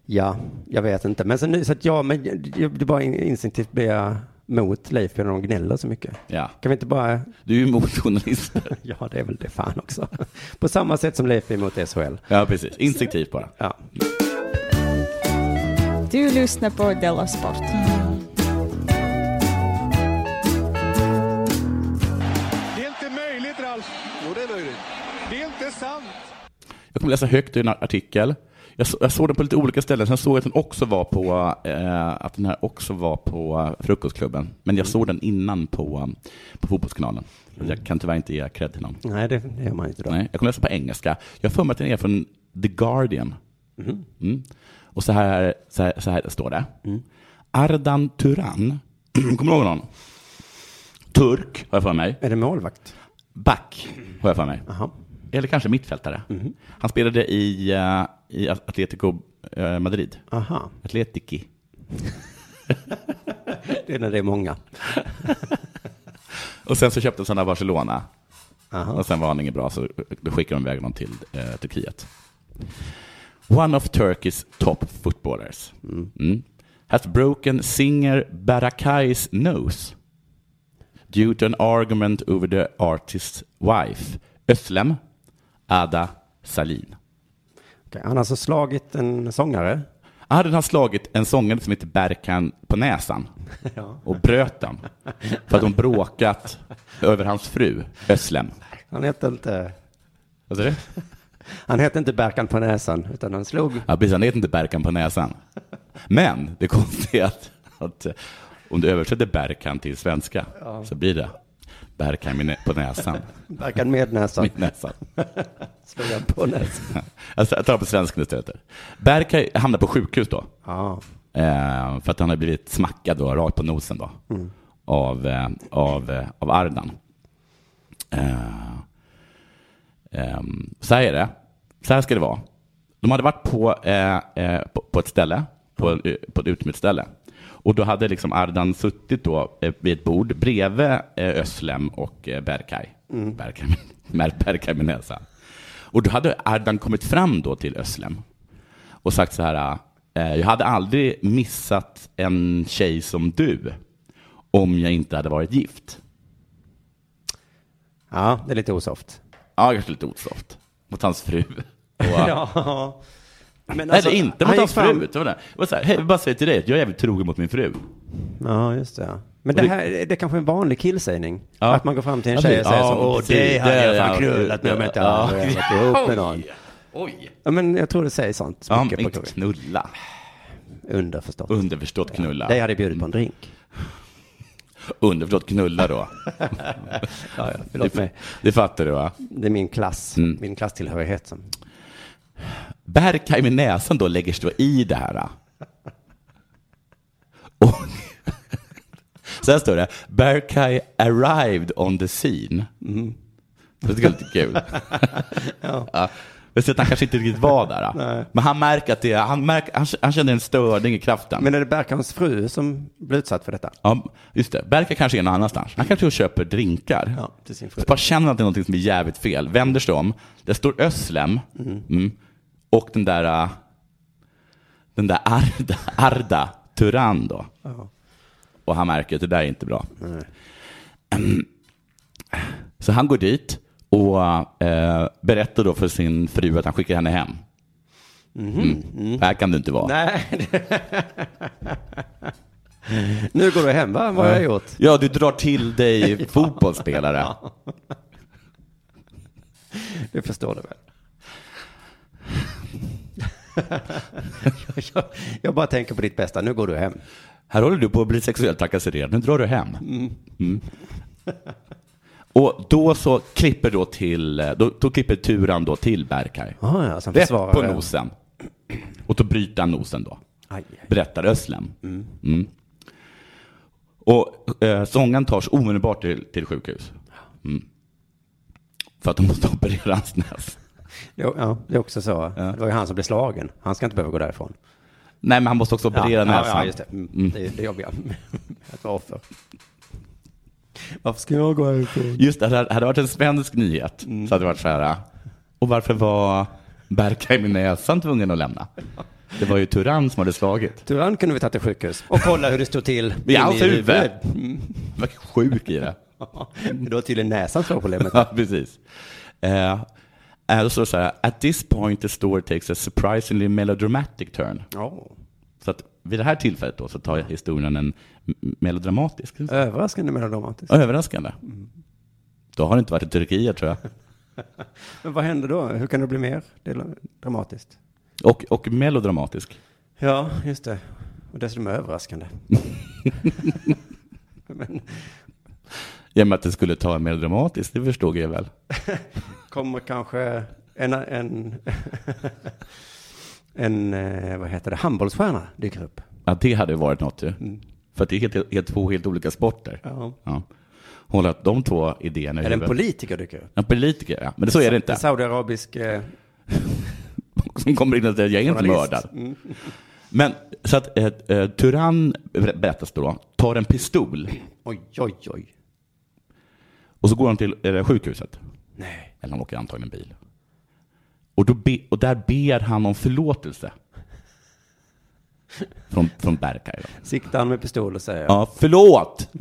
ja, jag vet inte. Men så nu, så att jag, men jag, det bara instinktivt blir jag mot Leif när de gnäller så mycket.
Ja.
Kan vi inte bara...
Du är ju emot journalister.
ja, det är väl det fan också. På samma sätt som Leif är emot SHL.
Ja, precis. Instinktivt bara.
Ja.
Du lyssnar på Della Sport.
Det är inte möjligt, Ralf. Jo, det är möjligt. Det är inte sant.
Jag kommer läsa högt ur en artikel. Jag, så, jag såg den på lite olika ställen, sen såg jag att den också var på, eh, att den här också var på eh, Frukostklubben. Men jag såg den innan på, um, på Fotbollskanalen.
Mm.
Jag kan tyvärr inte ge cred till någon.
Nej, det, det gör man inte då.
Nej, jag kommer läsa på engelska. Jag har för mig att den är från The Guardian.
Mhm.
Mm. Och så här, så här, så här står det.
Mm.
Ardan Turan, kommer du ihåg honom? Turk, har jag för mig.
Är det målvakt?
Back, har jag för mig. Eller kanske mittfältare. Han spelade i, eh, i Atletico eh, Madrid.
Aha.
Atletici.
Det är när det är många.
Och sen så köptes han av Barcelona.
Aha.
Och sen var han ingen bra, så då skickade de iväg honom till eh, Turkiet. One of Turkey's top footballers Mm. has broken singer Barakai's nose due to an argument over the artist's wife, Özlem Ada Salin.
Okej, han har alltså slagit en sångare.
Hade han slagit en sångare som heter Berkan på näsan
Ja.
och bröt den för att hon bråkat över hans fru, Özlem.
Han hette inte...
Vad sa du?
Han hette inte Berkan på näsan, utan han slog...
Ja, precis, han heter inte Berkan på näsan. Men det konstiga är att, att eh, om du översätter Berkan till svenska
Ja.
så blir det Berkan med nä- på näsan.
Berkan med näsan.
Med näsan.
slog han på näsan.
Alltså, jag tar på svenskan istället. Berkan hamnar på sjukhus då.
Ja.
Eh, för att han har blivit smackad då, rakt på nosen då.
Mm.
Av, eh, av, eh, av Ardan. Eh, ehm, så här är det. Så här ska det vara. De hade varit på, eh, eh, på, på ett ställe, på, en, på ett utomhusställe. Och då hade liksom Ardan suttit då eh, vid ett bord bredvid eh, Özlem och eh, Berkay.
Mm.
Berkay, med- Berkay med näsan. Och då hade Ardan kommit fram då till Özlem och sagt så här, eh, jag hade aldrig missat en tjej som du om jag inte hade varit gift.
Ja, det är lite osoft.
Ja, kanske lite osoft. Mot hans fru. Och,
ja. Men
Eller inte
han
mot hans
gick fram-
fru. Det var, det. Det var så här, hej, jag vill bara säga till dig att jag är jävligt trogen mot min fru.
Ja, just det. ja. Men
Och
det
det-
här det är kanske en vanlig killsägning.
Ja.
Att man går fram till en
Ja,
tjej och
precis.
säger
Ja,
så. Åh,
precis.
det hade jag
Det-
fan
ja,
knullat med om
ja.
inte hade
Ja.
varit ihop med någon.
Oj.
Ja, men jag tror det sägs sånt.
Ja,
mycket
men
på
inte
krogen.
knulla.
Underförstått.
Underförstått knulla.
Det hade jag bjudit på en drink.
Underförstått knulla då.
ja, förlåt
det,
mig.
det fattar du va?
Det är min klass,
Mm.
min klasstillhörighet. Som.
Berkay med näsan då lägger sig då i det här. Och så här står det. Berkay arrived on the scene. Det tycker jag är lite kul.
Mm. Ja.
Jag ser att han kanske inte riktigt var där.
Nej.
Men han märker att det, han, märker, han, han känner en störning i kraften.
Men är det Berkans fru som blir utsatt för detta?
Ja, just det. Berka kanske är någon annanstans. Han kanske köper drinkar.
Ja, till sin fru.
Så bara känner att det är någonting som är jävligt fel. Vänder sig om. Där står Özlem. Mm. Och den där, äh, den där Arda, Arda Turan då.
Ja.
Och han märker att det där är inte bra. Så han går dit och eh, berättar då för sin fru att han skickar henne hem. Mm. Här kan du inte vara.
Mhm. Nej. nu går du hem, va? Vad har jag gjort?
Ja, du drar till dig fotbollsspelare.
Det förstår du väl? jag, jag, jag bara tänker på ditt bästa. Nu går du hem.
Här håller du på att bli sexuellt trakasserad. Nu drar du hem. Mm. Och då så klipper då till, eh, då, då klipper Turan då till Berghain.
Ah, ja, som
Rätt
försvarare.
på nosen. Och då bryter han nosen då.
Aj.
Berättar Özlem.
Mm.
Mm. Och eh, sången tas omedelbart till, till sjukhus. Mm. För att de måste operera hans näs.
Jo, ja, det är också så. Det var ju han som blev slagen. Han ska inte behöva gå därifrån.
Nej, men han måste också operera
ja,
näsan.
Ja, ja, just det. Mm.
Mm.
Det är det jobbiga. Att vara offer. Varför ska jag gå härifrån?
Just det, hade hade det varit en svensk nyhet så hade det varit så här. Och varför var Berghain i näsan tvungen att lämna? Det var ju Turan som hade slagit.
Turan kunde vi ta till sjukhus. Och kolla hur det stod till.
I hans
inne
huvud. Vad sjuk i det.
Det var tydligen näsan som var problemet.
ja, precis. Eh, eh, då står det så här. At this point the story takes a surprisingly melodramatic turn. Så att vid det här tillfället då så tar historien en m- melodramatisk.
Mm. Överraskande melodramatiskt.
Överraskande. Då har det inte varit i Turkiet tror jag.
Men vad hände då? Hur kan det bli mer? Det är dramatiskt.
Och, och melodramatisk.
Ja, just det. Och dessutom överraskande. Men
I och med att det skulle ta en mer dramatiskt, det förstod jag väl.
kommer kanske en, en, en eh, vad heter det, handbollsstjärna dyker upp.
Ja, det hade ju varit något ju. För att det är, helt, helt, två helt olika sporter.
Mm. Ja.
Hålla att de två idéerna i
Eller en
huvudet.
politiker dyker upp.
En politiker, ja. Men så är det
En
inte.
saudiarabisk... Eh,
Som kommer in och säger, jag är inte
Journalist.
mördad.
Mm.
Men så att eh, eh, Turan, ber- berättas det då, tar en pistol
oj, oj, oj.
och så går han till eh, sjukhuset.
Nej.
Eller han åker antagligen bil. Och, då be, och där ber han om förlåtelse. Från, från Berghain. då.
Siktar han med pistol och säger...
Ja, förlåt!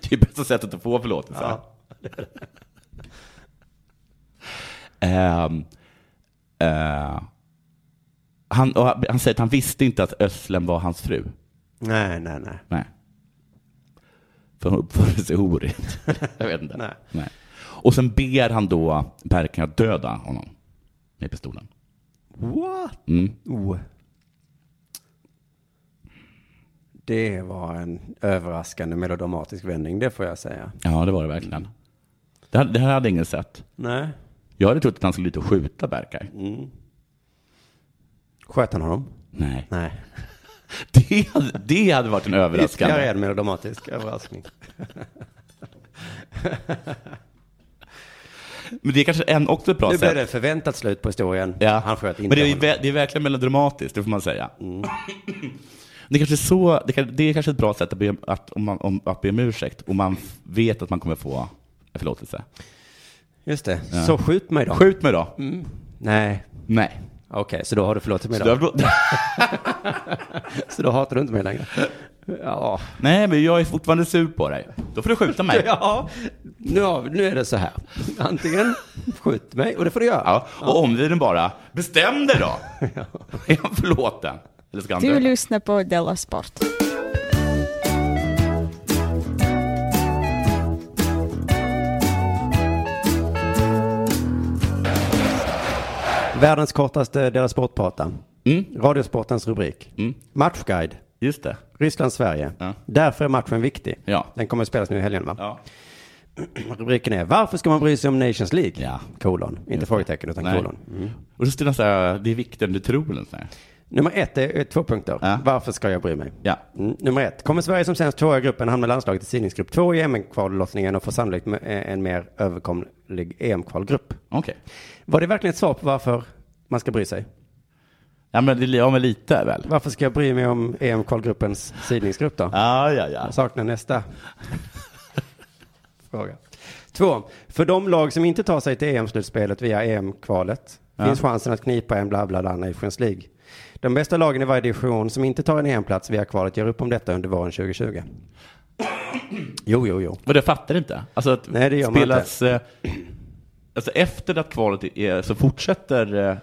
Det är bästa sättet att få förlåtelse.
Ja.
Ehm, eh, han, och han säger att han visste inte att Össlem var hans fru.
Nej, nej, nej.
Nej. För hon uppförde sig horigt. Jag vet inte.
Nej.
Och sen ber han då Berkan att döda honom med pistolen.
What?
Mm.
Oh. Det var en överraskande melodramatisk vändning, det får jag säga.
Ja, det var det verkligen. Mm. Det, här- det här hade ingen sett.
Nej.
Jag hade trott att han skulle ut och skjuta Berkay.
Sköt han honom?
Nej.
Nej.
Det hade, det hade varit en överraskande.
Ytterligare en melodramatisk överraskning.
Men det är kanske en också ett bra
nu blev
sätt.
det förväntat slut på historien.
Ja.
Han sköt inte
Men det är, ju
honom. Mm.
vä- det är verkligen melodramatiskt, det får man säga. Det är kanske så, det, kan, det är kanske ett bra sätt att be, om- att, om man, om, att be om ursäkt och man f- vet att man kommer få en förlåtelse.
Just det.
Ja.
Så skjut mig då.
Skjut mig då.
Mm. Nej.
Nej.
Okej, så då har du förlåtit mig
Så
då.
du har förlåt-
så då hatar du inte mig längre. Ja.
Nej, men jag är fortfarande sur på dig. Då får du skjuta mig.
Ja, nu, har vi, nu är det så här. Antingen skjut mig, och det får du göra.
Ja. Och omvärlden bara, bestäm dig då. Är han förlåten? Eller ska han
Du
dö?
lyssnar på Della Sport.
Världens kortaste Dela Sport-prata.
Mm.
Radiosportens rubrik. Matchguide.
Just det.
Ryssland-Sverige. Därför är matchen viktig.
Ja.
Den kommer att spelas nu i helgen va?
Ja.
Rubriken är Varför ska man bry sig om Nations League?
Ja.
Kolon. Inte frågetecken utan
Nej.
kolon. Mm.
Och så står det så här, det är viktigare än du tror. eller så här.
Nummer ett är är två punkter. Varför ska jag bry mig?
Ja.
Mm. Nummer ett. Kommer Sverige som sämst tvåa i gruppen hamna i landslaget i sidningsgrupp två i EM-kvallottningen och får sannolikt med- eh, en mer överkomlig EM-kvalgrupp?
Okej.
Var det verkligen ett svar på varför man ska bry sig?
Ja, men det ja, men lite väl.
Varför ska jag bry mig om EM-kvalgruppens sidningsgrupp då?
Ja, Ah, ja, ja.
Jag saknar nästa fråga. Två. För de lag som inte tar sig till EM-slutspelet via EM-kvalet
Ja.
finns chansen att knipa en bla bla bla Nations League. De bästa lagen i varje division som inte tar en EM-plats via kvalet gör upp om detta under våren 2020. Jo, jo, jo.
Men jag fattar inte. Alltså att
Nej, det gör man
spelas... eh, Alltså efter att kvalet är, så fortsätter eh,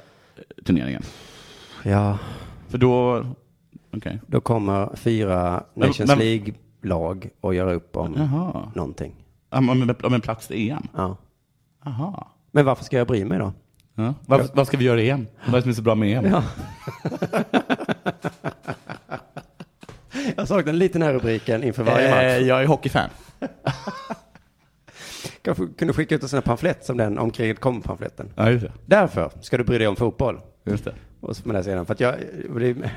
turneringen.
Ja,
För då... Okej.
då kommer fyra
Men-
Nations
men-
League-lag och göra upp om
Jaha.
någonting.
Om, om, om en plats till E EM?
Ja.
Aha.
Men varför ska jag bry mig då?
Ja. Vad, vad ska vi göra i EM? Vad är det som är så bra med E EM?
Ja. jag saknar lite den här rubriken inför varje
Eh,
match.
jag är hockeyfan.
ska, kunde skicka ut en sån här pamflett som den om kriget kom-pamfletten.
Ja, just det.
Därför ska du bry dig om fotboll.
Just det.
Och så får man läsa igenom. För att jag, det-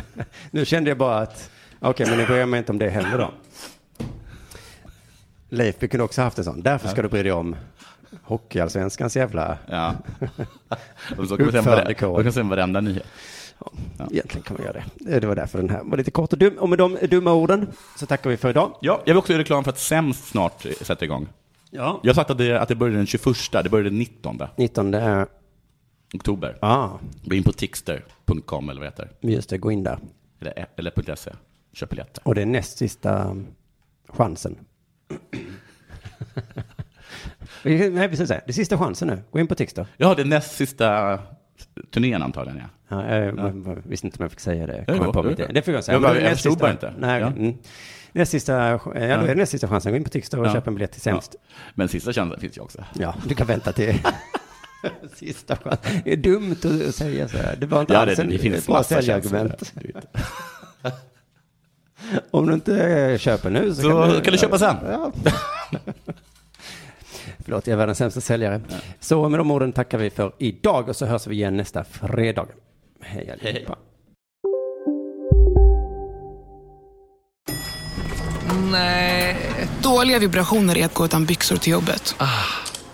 nu kände jag bara att, okej, men nu bryr jag mig inte om det heller då. Leif, vi kunde också haft en sån. Därför ska
Ja.
du bry dig om hockeyallsvenskans jävla
Ja. Och så kan man säga varenda- man kan säga varenda nyhet.
Egentligen kan man göra det. Det var därför den här var lite kort och dum. Och med de dumma orden så tackar vi för idag.
Ja, jag vill också göra reklam för att Sämst snart eh, sätter igång.
Ja.
Jag har sagt att det, att det började den 21, det började den 19.
19
oktober.
Ah.
Gå in på tixter.com eller vad det heter.
Just det, gå in där.
Eller, eller .se. Köp biljetter.
Och det är näst sista mm, chansen. Nej, precis. så här. Det är sista chansen nu. Gå in på Tixter.
Ja, det är näst sista turnén antagligen. Ja.
Ja, jag visste inte om jag fick säga det.
Ja,
Kom
jo,
på
jo,
mitt
jo.
det fick jag säga.
Jag bara-
Men
jag
näst
förstod
sista-
bara inte.
Nej,
Ja.
mm. Näst sista, ja, då är det näst sista chansen. Gå in på Tixter och
Ja.
köp en biljett till sämst.
Men sista chansen finns ju också.
Ja, du kan vänta till sista chansen. Det är dumt att säga så här. Det var inte
Ja, det-
alls en-
det finns
ett bra
massa
säljargument.
chanser.
Om du inte eh, köper nu så,
Så kan du köpa sen.
Ja. Förlåt, jag är världens sämsta säljare. Så med de orden tackar vi för idag och så hörs vi igen nästa fredag. Hej allihopa.
Nej. Dåliga vibrationer är att gå utan byxor till jobbet.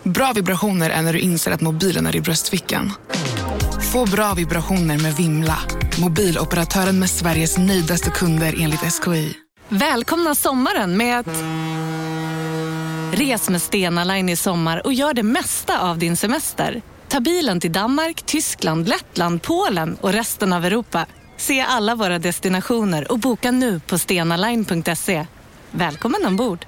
Bra vibrationer är när du inser att mobilen är i bröstfickan. Få bra vibrationer med Vimla. Mobiloperatören med Sveriges nöjdaste kunder enligt SKI.
Välkomna sommaren med att... Res med Stena Line i sommar och gör det mesta av din semester. Ta bilen till Danmark, Tyskland, Lettland, Polen och resten av Europa. Se alla våra destinationer och boka nu på stenaline.se. Välkommen ombord!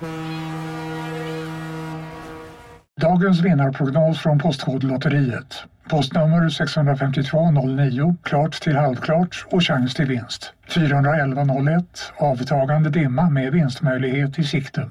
Dagens vinnarprognos från Postkodlotteriet. Postnummer 65209, klart till halvklart och chans till vinst. 41101, avtagande dimma med vinstmöjlighet i sikte.